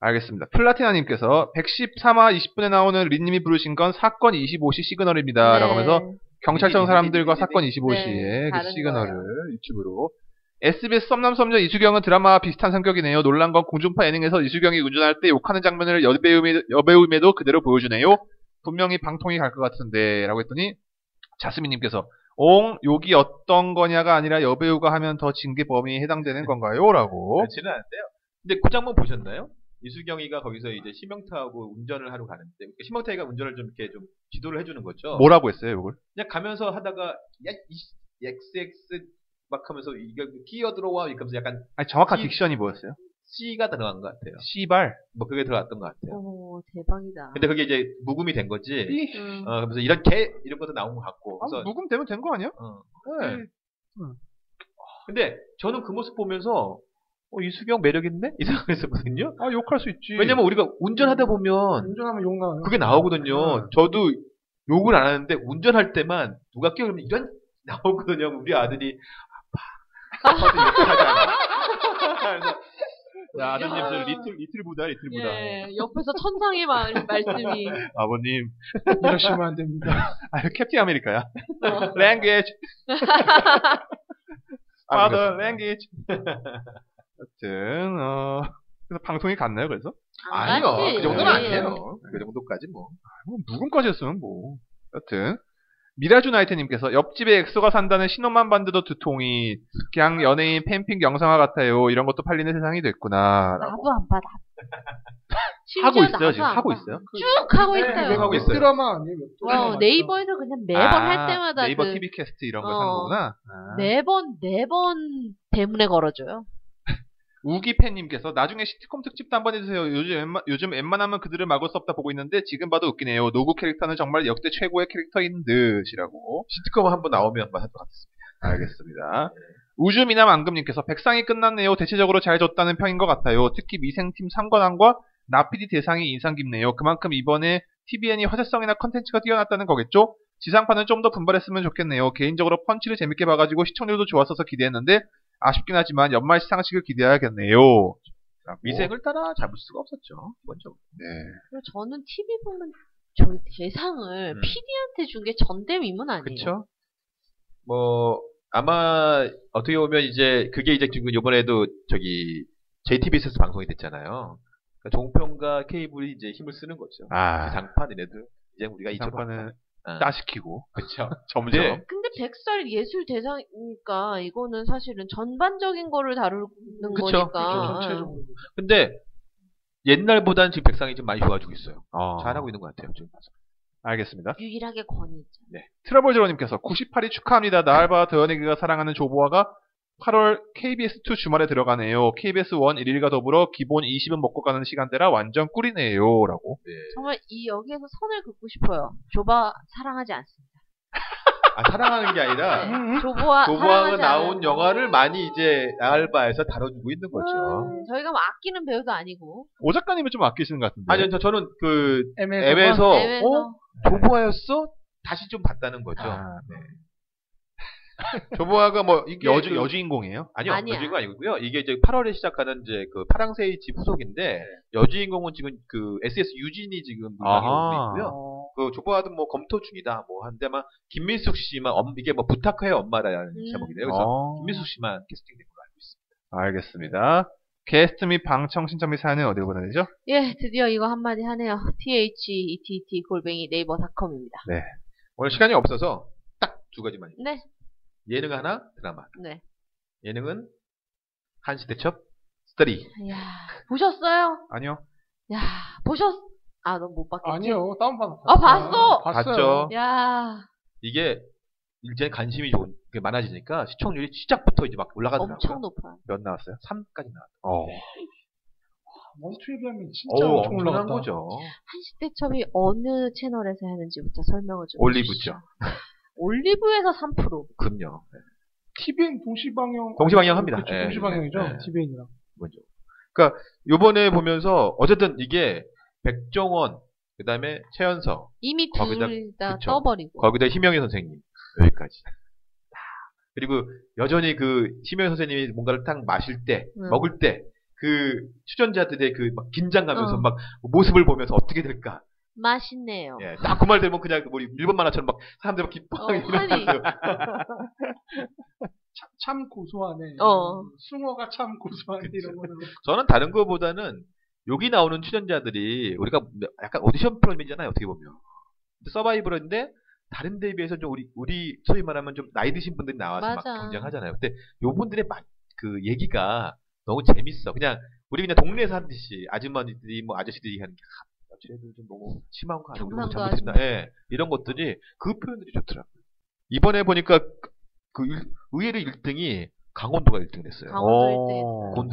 알겠습니다. 플라티나님께서 113화 20분에 나오는 린님이 부르신 건 사건 25시 시그널입니다. 라고 하면서 네. 경찰청 사람들과 사건 25시의 그 다른 시그널을 유튜브로 SBS 썸남썸녀 이수경은 드라마와 비슷한 성격이네요. 놀란 건 공중파 예능에서 이수경이 운전할 때 욕하는 장면을 여배우임에, 여배우임에도 그대로 보여주네요. 분명히 방통이 갈 것 같은데 라고 했더니 자스민님께서 옹 욕이 어떤 거냐가 아니라 여배우가 하면 더 징계 범위에 해당되는 건가요? 라고 그렇지는 않은데요. 근데 그 장면 보셨나요? 이수경이가 거기서 이제 심영타하고 운전을 하러 가는데 그러니까 심영타이가 운전을 좀 이렇게 좀 지도를 해주는 거죠. 뭐라고 했어요? 이걸 그냥 가면서 하다가 야, 이 씨, XX 막 하면서 이게 끼어 들어와 이러면서 약간 아니 정확한 이- 딕션이 뭐였어요? C가 들어간 것 같아요. 씨발 뭐 그게 들어갔던 것 같아요. 오 대박이다. 근데 그게 이제 묵음이 된 거지. 삐 음. 어, 그래서 이런 개 이런 것도 나온 것 같고. 아, 그래서 묵음 되면 된 거 아니야? 어. 네. 근데 저는 그 모습 보면서 어, 이수경 매력 있네? [laughs] 이 생각했었거든요. 아 욕할 수 있지. 음. 왜냐면 우리가 운전하다 보면 운전하면 용감 그게 나오거든요. 저도 욕을 안 하는데 운전할 때만 누가 끼어면 이런 [laughs] 나오거든요. 우리 아들이 아빠 아빠도 욕을 하잖아. 야, 아드님, 저 네, 리틀 리틀보다 리틀보다. 예, 옆에서 천상의 마- 말씀이 아버님, 이러시면 안 됩니다. 아 캡틴 아메리카야. 어. [laughs] 랭귀지. 아, 그렇습니다. 파더 랭귀지. [laughs] 여튼 어 그래서 방송이 갔나요? 그래서 안 갔지. 아니요, 그 정도는 예. 아니에요. 그 정도까지 뭐. 뭐 묵음까지 했으면 뭐. 여튼 미라주 나이트님께서 옆집에 엑소가 산다는 신호만 봤는데도 두통이 그냥 연예인 팬픽 영상화 같아요. 이런 것도 팔리는 세상이 됐구나. 나도 안 받아. 하고 어, 심지어 있어요 나도 지금 안 하고 받아. 있어요. 쭉 하고 네, 있어요. 유명하고 있어요. 드라마 아니에요? 웹 드라마 와, 맞죠? 어, 네이버에서 그냥 매번 아, 할 때마다 아, 네이버 그 TV 캐스트 이런 걸 어. 하는 거구나. 아. 매번 매번 대문에 걸어줘요. 우기팬님께서 나중에 시트콤 특집도 한번 해주세요. 요즘, 웬만, 요즘 웬만하면 그들을 막을 수 없다 보고 있는데 지금 봐도 웃기네요. 노구 캐릭터는 정말 역대 최고의 캐릭터인 듯이라고. 시트콤 한번 나오면 한번 할것 같습니다. 알겠습니다. 우주미남 앙금님께서 백상이 끝났네요. 대체적으로 잘 줬다는 편인 것 같아요. 특히 미생팀 상관왕과 나피디 대상이 인상 깊네요. 그만큼 이번에 TBN이 화제성이나 컨텐츠가 뛰어났다는 거겠죠? 지상파는 좀 더 분발했으면 좋겠네요. 개인적으로 펀치를 재밌게 봐가지고 시청률도 좋았어서 기대했는데 아쉽긴 하지만 연말 시상식을 기대해야겠네요. 라고. 미생을 따라 잡을 수가 없었죠. 먼저. 네. 그리고 저는 TV 보면 저희 대상을 음. PD한테 준 게 전대미문 아니에요. 그쵸? 뭐, 아마, 어떻게 보면 이제, 그게 이제 지금 요번에도 저기, JTBC에서 방송이 됐잖아요. 그러니까 종편과 케이블이 이제 힘을 쓰는 거죠. 아, 그 장판 이네들. 이제 우리가 이쪽 장판은 아, 따시키고 그쵸. [laughs] 점점 네. 근데 백살 예술 대상이니까 이거는 사실은 전반적인 거를 다루는 그쵸, 거니까. 전체적으로. 근데, 옛날보단 지금 백상이 좀 많이 좋아지고 있어요. 어, 잘하고 있는 것 같아요, 지금. 알겠습니다. 유일하게 권위죠. 트러블제로님께서 98이 축하합니다. 나알바 더현에게가 사랑하는 조보아가 8월 KBS2 주말에 들어가네요. KBS1 1일과 더불어 기본 20은 먹고 가는 시간대라 완전 꿀이네요. 라고. 정말 이 여기에서 선을 긋고 싶어요. 조바 사랑하지 않습니다. 아, 사랑하는 게 아니라, 음, [laughs] 조보와 도보왕에 네. 사랑하지 나온 않아요. 영화를 많이 이제, 알바에서 다뤄주고 있는 거죠. 음, 저희가 뭐 아끼는 배우도 아니고 오 작가님이 좀 아끼시는 것 같은데. 아니요, 저, 저는 그, 애매해서 앱에서, 대회에서 어? 조보아였어? 다시 좀 봤다는 거죠. 아, 조보아가 뭐 이게 여주, 그- 여주인공이에요? 아니요 아니야. 여주인공 아니고요. 이게 이제 8월에 시작하는 이제 그 파랑새의 집 후속인데 여주인공은 지금 그 SS 유진이 지금 아하. 분장이 있고요. 어, 그 조보아도 뭐 검토 중이다 뭐 한데만 김민숙 씨만 엄- 이게 뭐 부탁해 엄마라는 음. 제목이네요. 아. 그래서 어. 김민숙 씨만 캐스팅된 걸로 알고 있습니다. 알겠습니다. 게스트 및 방청 신청 및 사연은 어디로 보내야 되죠? 예 드디어 이거 한마디 하네요. T H E T T 골뱅이 네이버닷컴입니다. 오늘 시간이 없어서 딱 두 가지만 네. 예능 하나 드라마. 네. 예능은 한시 대첩 스터리. 야 보셨어요? 아니요. 야 보셨? 아넌 못 봤겠지? 아니요 다운 받았어. 아, 봤어! 봤어요. 봤죠. 야 이게 이제 관심이 좋은 게 많아지니까 시청률이 시작부터 이제 막 올라가더라고요. 엄청 높아요. 몇 나왔어요? 3까지 나왔어요. 어. 원투에 비하면 진짜 어우, 어. 엄청 올라간 엄청난 거죠. 거죠. 한시대첩이 어느 채널에서 하는지부터 설명을 좀 올리브죠. 해주시죠. [laughs] 올리브에서 3% 그럼요. TVN 동시방영. 동시방영 합니다. 그렇죠, 예. 동시방영이죠. 예. TVN이랑. 뭐죠. 그러니까 요번에 보면서 어쨌든 이게 백종원 그다음에 최연석 이미 거기다- 둘 다 그쵸. 떠버리고 거기다 희명의 선생님 여기까지. 그리고 여전히 그 희명의 선생님이 뭔가를 딱 마실 때 음. 먹을 때 그 출연자들의 그 막 긴장감에서 어. 막 모습을 보면서 어떻게 될까. 맛있네요. 예, 딱 그 말 되면 그냥 뭐 일본 만화처럼 막 사람들 막 [laughs] 어, 기뻐하게 환희 참, 참 고소하네. 어. 숭어가 참 고소하네. 이런 거는. 저는 다른 거보다는 여기 나오는 출연자들이 우리가 뭐 약간 오디션 프로그램이잖아요 어떻게 보면 근데 서바이벌인데 다른 데에 비해서 좀 우리 우리 소위 말하면 좀 나이 드신 분들이 나와서 맞아. 막 경쟁하잖아요. 근데 요분들의 마- 그 얘기가 너무 재밌어. 그냥 우리 그냥 동네에서 하듯이 아줌마들이 뭐 아저씨들이 하는 게 아, 쟤들 좀 너무 심한 거 아니고 너무 경상도 잘못했나? 아줌마. 예, 이런 것들이 그 표현들이 좋더라고. 요 이번에 보니까 그 일- 의외로 1등이 강원도가 1등 됐어요. 강원도 일대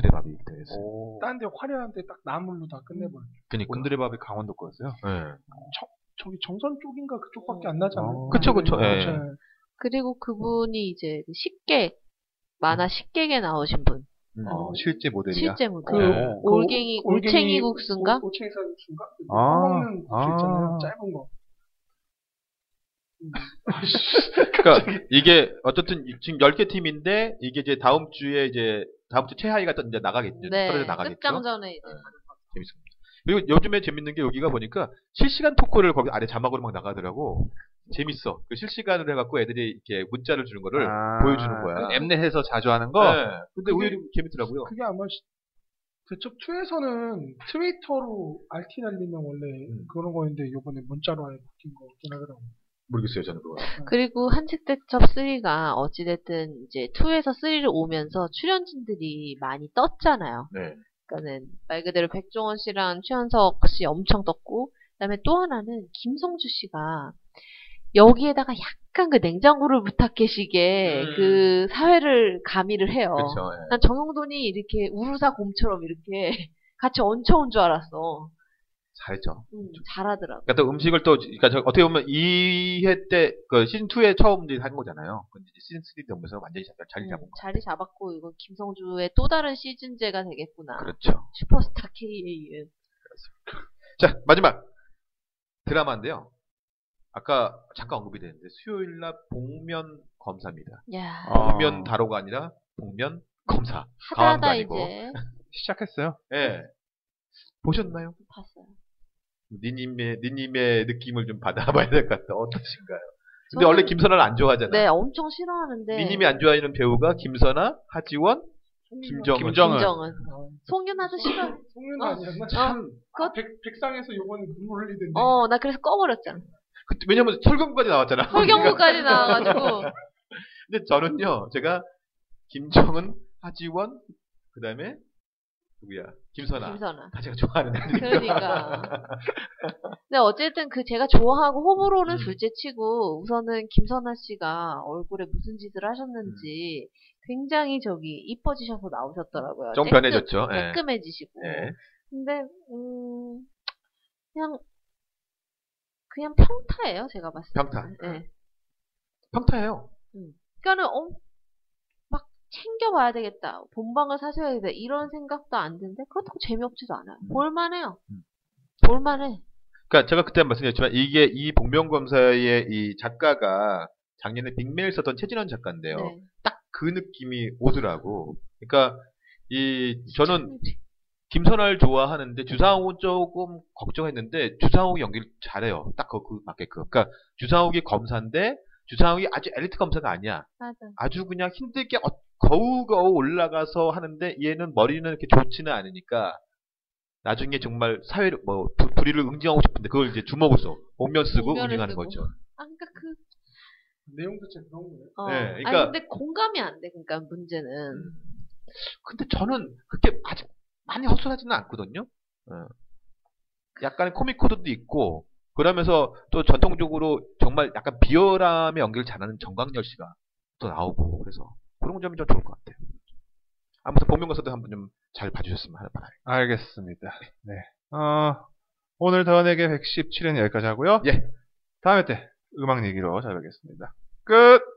곤드레 밥이 1등 했어요. 딴 데 화려한데 딱 나물로 다 끝내버려. 음. 그니까. 곤드레 밥이 강원도 거였어요. 예. 저기 정선 쪽인가 그쪽밖에 안 나지 않나요? 네. 어. 그쵸, 그쵸, 예. 그쵸. 그리고 그분이 이제 식객 만화 식객에 나오신 분 어, 실제 모델이야. 실제 모델 그 네. 그 올갱이 올챙이 국수인가? 오- 올챙이 국수인가? 아. 먹는 국수 있잖아요. 아. 짧은 거. 음. 그러니까 이게 어쨌든 이- 지금 10개 팀인데 이게 이제 다음 주에 이제 다음 주 최하위가 또 이제 나가겠죠. 네 떨어져 나가겠죠. 끝장전에 이제 재밌습니다. 그리고 요즘에 재밌는 게 여기가 보니까 실시간 토크를 거기 아래 자막으로 막 나가더라고. 재밌어. 그 실시간으로 해갖고 애들이 이렇게 문자를 주는 거를 아, 보여주는 거야. 엠넷에서 자주 하는 거. 네. 근데 의외로 재밌더라고요. 그게 아마 시- 대첩 2에서는 트위터로 RT 날리면 원래 음. 그런 거였는데 요번에 문자로 아예 바뀐 거 같긴 하더라고요. 모르겠어요, 저는 그거. 그리고 한식대첩 3가 어찌됐든 이제 2에서 3를 오면서 출연진들이 많이 떴잖아요. 네. 그러니까는 말 그대로 백종원 씨랑 최현석 씨 엄청 떴고 그다음에 또 하나는 김성주 씨가 여기에다가 약간 그 냉장고를 부탁해시게 음. 그 사회를 가미를 해요. 그렇죠. 예. 난 정용돈이 이렇게 우루사 곰처럼 이렇게 [laughs] 같이 얹혀온 줄 알았어. 잘했죠. 음, 잘하더라고. 그러니까 또 음식을 또, 그러니까 저- 어떻게 보면 2회 때, 그 시즌2에 처음 이제 한 거잖아요. 근데 이제 시즌3 넘어서 완전히 자- 자리 잡은 음, 거. 자리 잡았고 이건 김성주의 또 다른 시즌제가 되겠구나. 그렇죠. 슈퍼스타 K의 이은. 자, 마지막 드라마인데요. 아까 잠깐 언급이 됐는데 수요일 날 복면 검사입니다. 야 아, 어. 복면 다로가 아니라 복면 검사. 강화도 하다하다 아니고. 이제 [laughs] 시작했어요. 네. 예. 보셨나요? 봤어요. 니님의 니님의 느낌을 좀 받아봐야 될 것 같다. 어떠신가요? 근데 저는- 원래 김선아를 안 네, 좋아하잖아요. 엄청 싫어하는데. 니님이 안 좋아하는 배우가 김선아, 하지원, 김정은. 김정은. 김정은. 아, 송윤아도 네. 싫어. 어. 송윤아 아니었나? 참 아, 백, 백상에서 요번에 눈물 흘리던데. 어, 나 그래서 꺼버렸잖아. 그- 왜냐면 [laughs] 설경구까지 나왔잖아. 설경구까지 나와가지고. [laughs] 근데 저는요, 제가 김정은, 하지원, 그 다음에 누구야? 김선아. 김선아. 다 제가 좋아하는 애들. 그러니까. 근데 어쨌든 그 제가 좋아하고 호불호는 음. 둘째 치고 우선은 김선아 씨가 얼굴에 무슨 짓을 하셨는지 굉장히 저기 이뻐지셔서 나오셨더라고요. 음. 좀 쬐끔- 변해졌죠. 예. 그 깔끔해지시고. 예. 근데 음 그냥 그냥 평타예요, 제가 봤을 때. 평타. 예. 평타예요. 그러니까는 엄- 막 챙겨봐야 되겠다, 본방을 사셔야 되겠다 이런 생각도 안 드는데 그렇다고 재미없지도 않아요. 볼만해요. 음. 볼만해. 그러니까 제가 그때 말씀드렸지만 이게 이 복면검사의 이 작가가 작년에 빅메일 썼던 최진원 작가인데요. 네. 딱 그 느낌이 오더라고. 그러니까 이 저는 김선아를 좋아하는데 주상욱은 조금 걱정했는데 주상욱 연기를 잘해요. 딱 그 맞게끔. 그러니까 주상욱이 검사인데 주상욱이 아주 엘리트 검사가 아니야. 맞아. 아주 그냥 힘들게 어- 거우거우 올라가서 하는데 얘는 머리는 이렇게 좋지는 않으니까 나중에 정말 사회를 뭐 부- 불의를 응징하고 싶은데 그걸 이제 주먹을 써 복면 쓰고 복면을 응징하는 쓰고. 거죠. 아, 그러니까 그 내용도 진짜 그런 거예요. 어. 네, 아니, 그러니까- 음. 근데 공감이 안 돼. 그러니까 문제는 근데 저는 그렇게 아직 많이 허술하지는 않거든요. 어. 약간의 코믹 코드도 있고 그러면서 또 전통적으로 정말 약간 비열함의 연기를 잘하는 정광열 씨가 또 나오고 그래서 그런 점이 좀 좋을 것 같아요. 아무튼 복면가서도 한번 좀 잘 봐주셨으면 하는 바람. 알겠습니다. 네. 어, 오늘 더원에게 117회는 여기까지 하고요. 예. 다음에 때 음악 얘기로 찾아뵙겠습니다. 끝!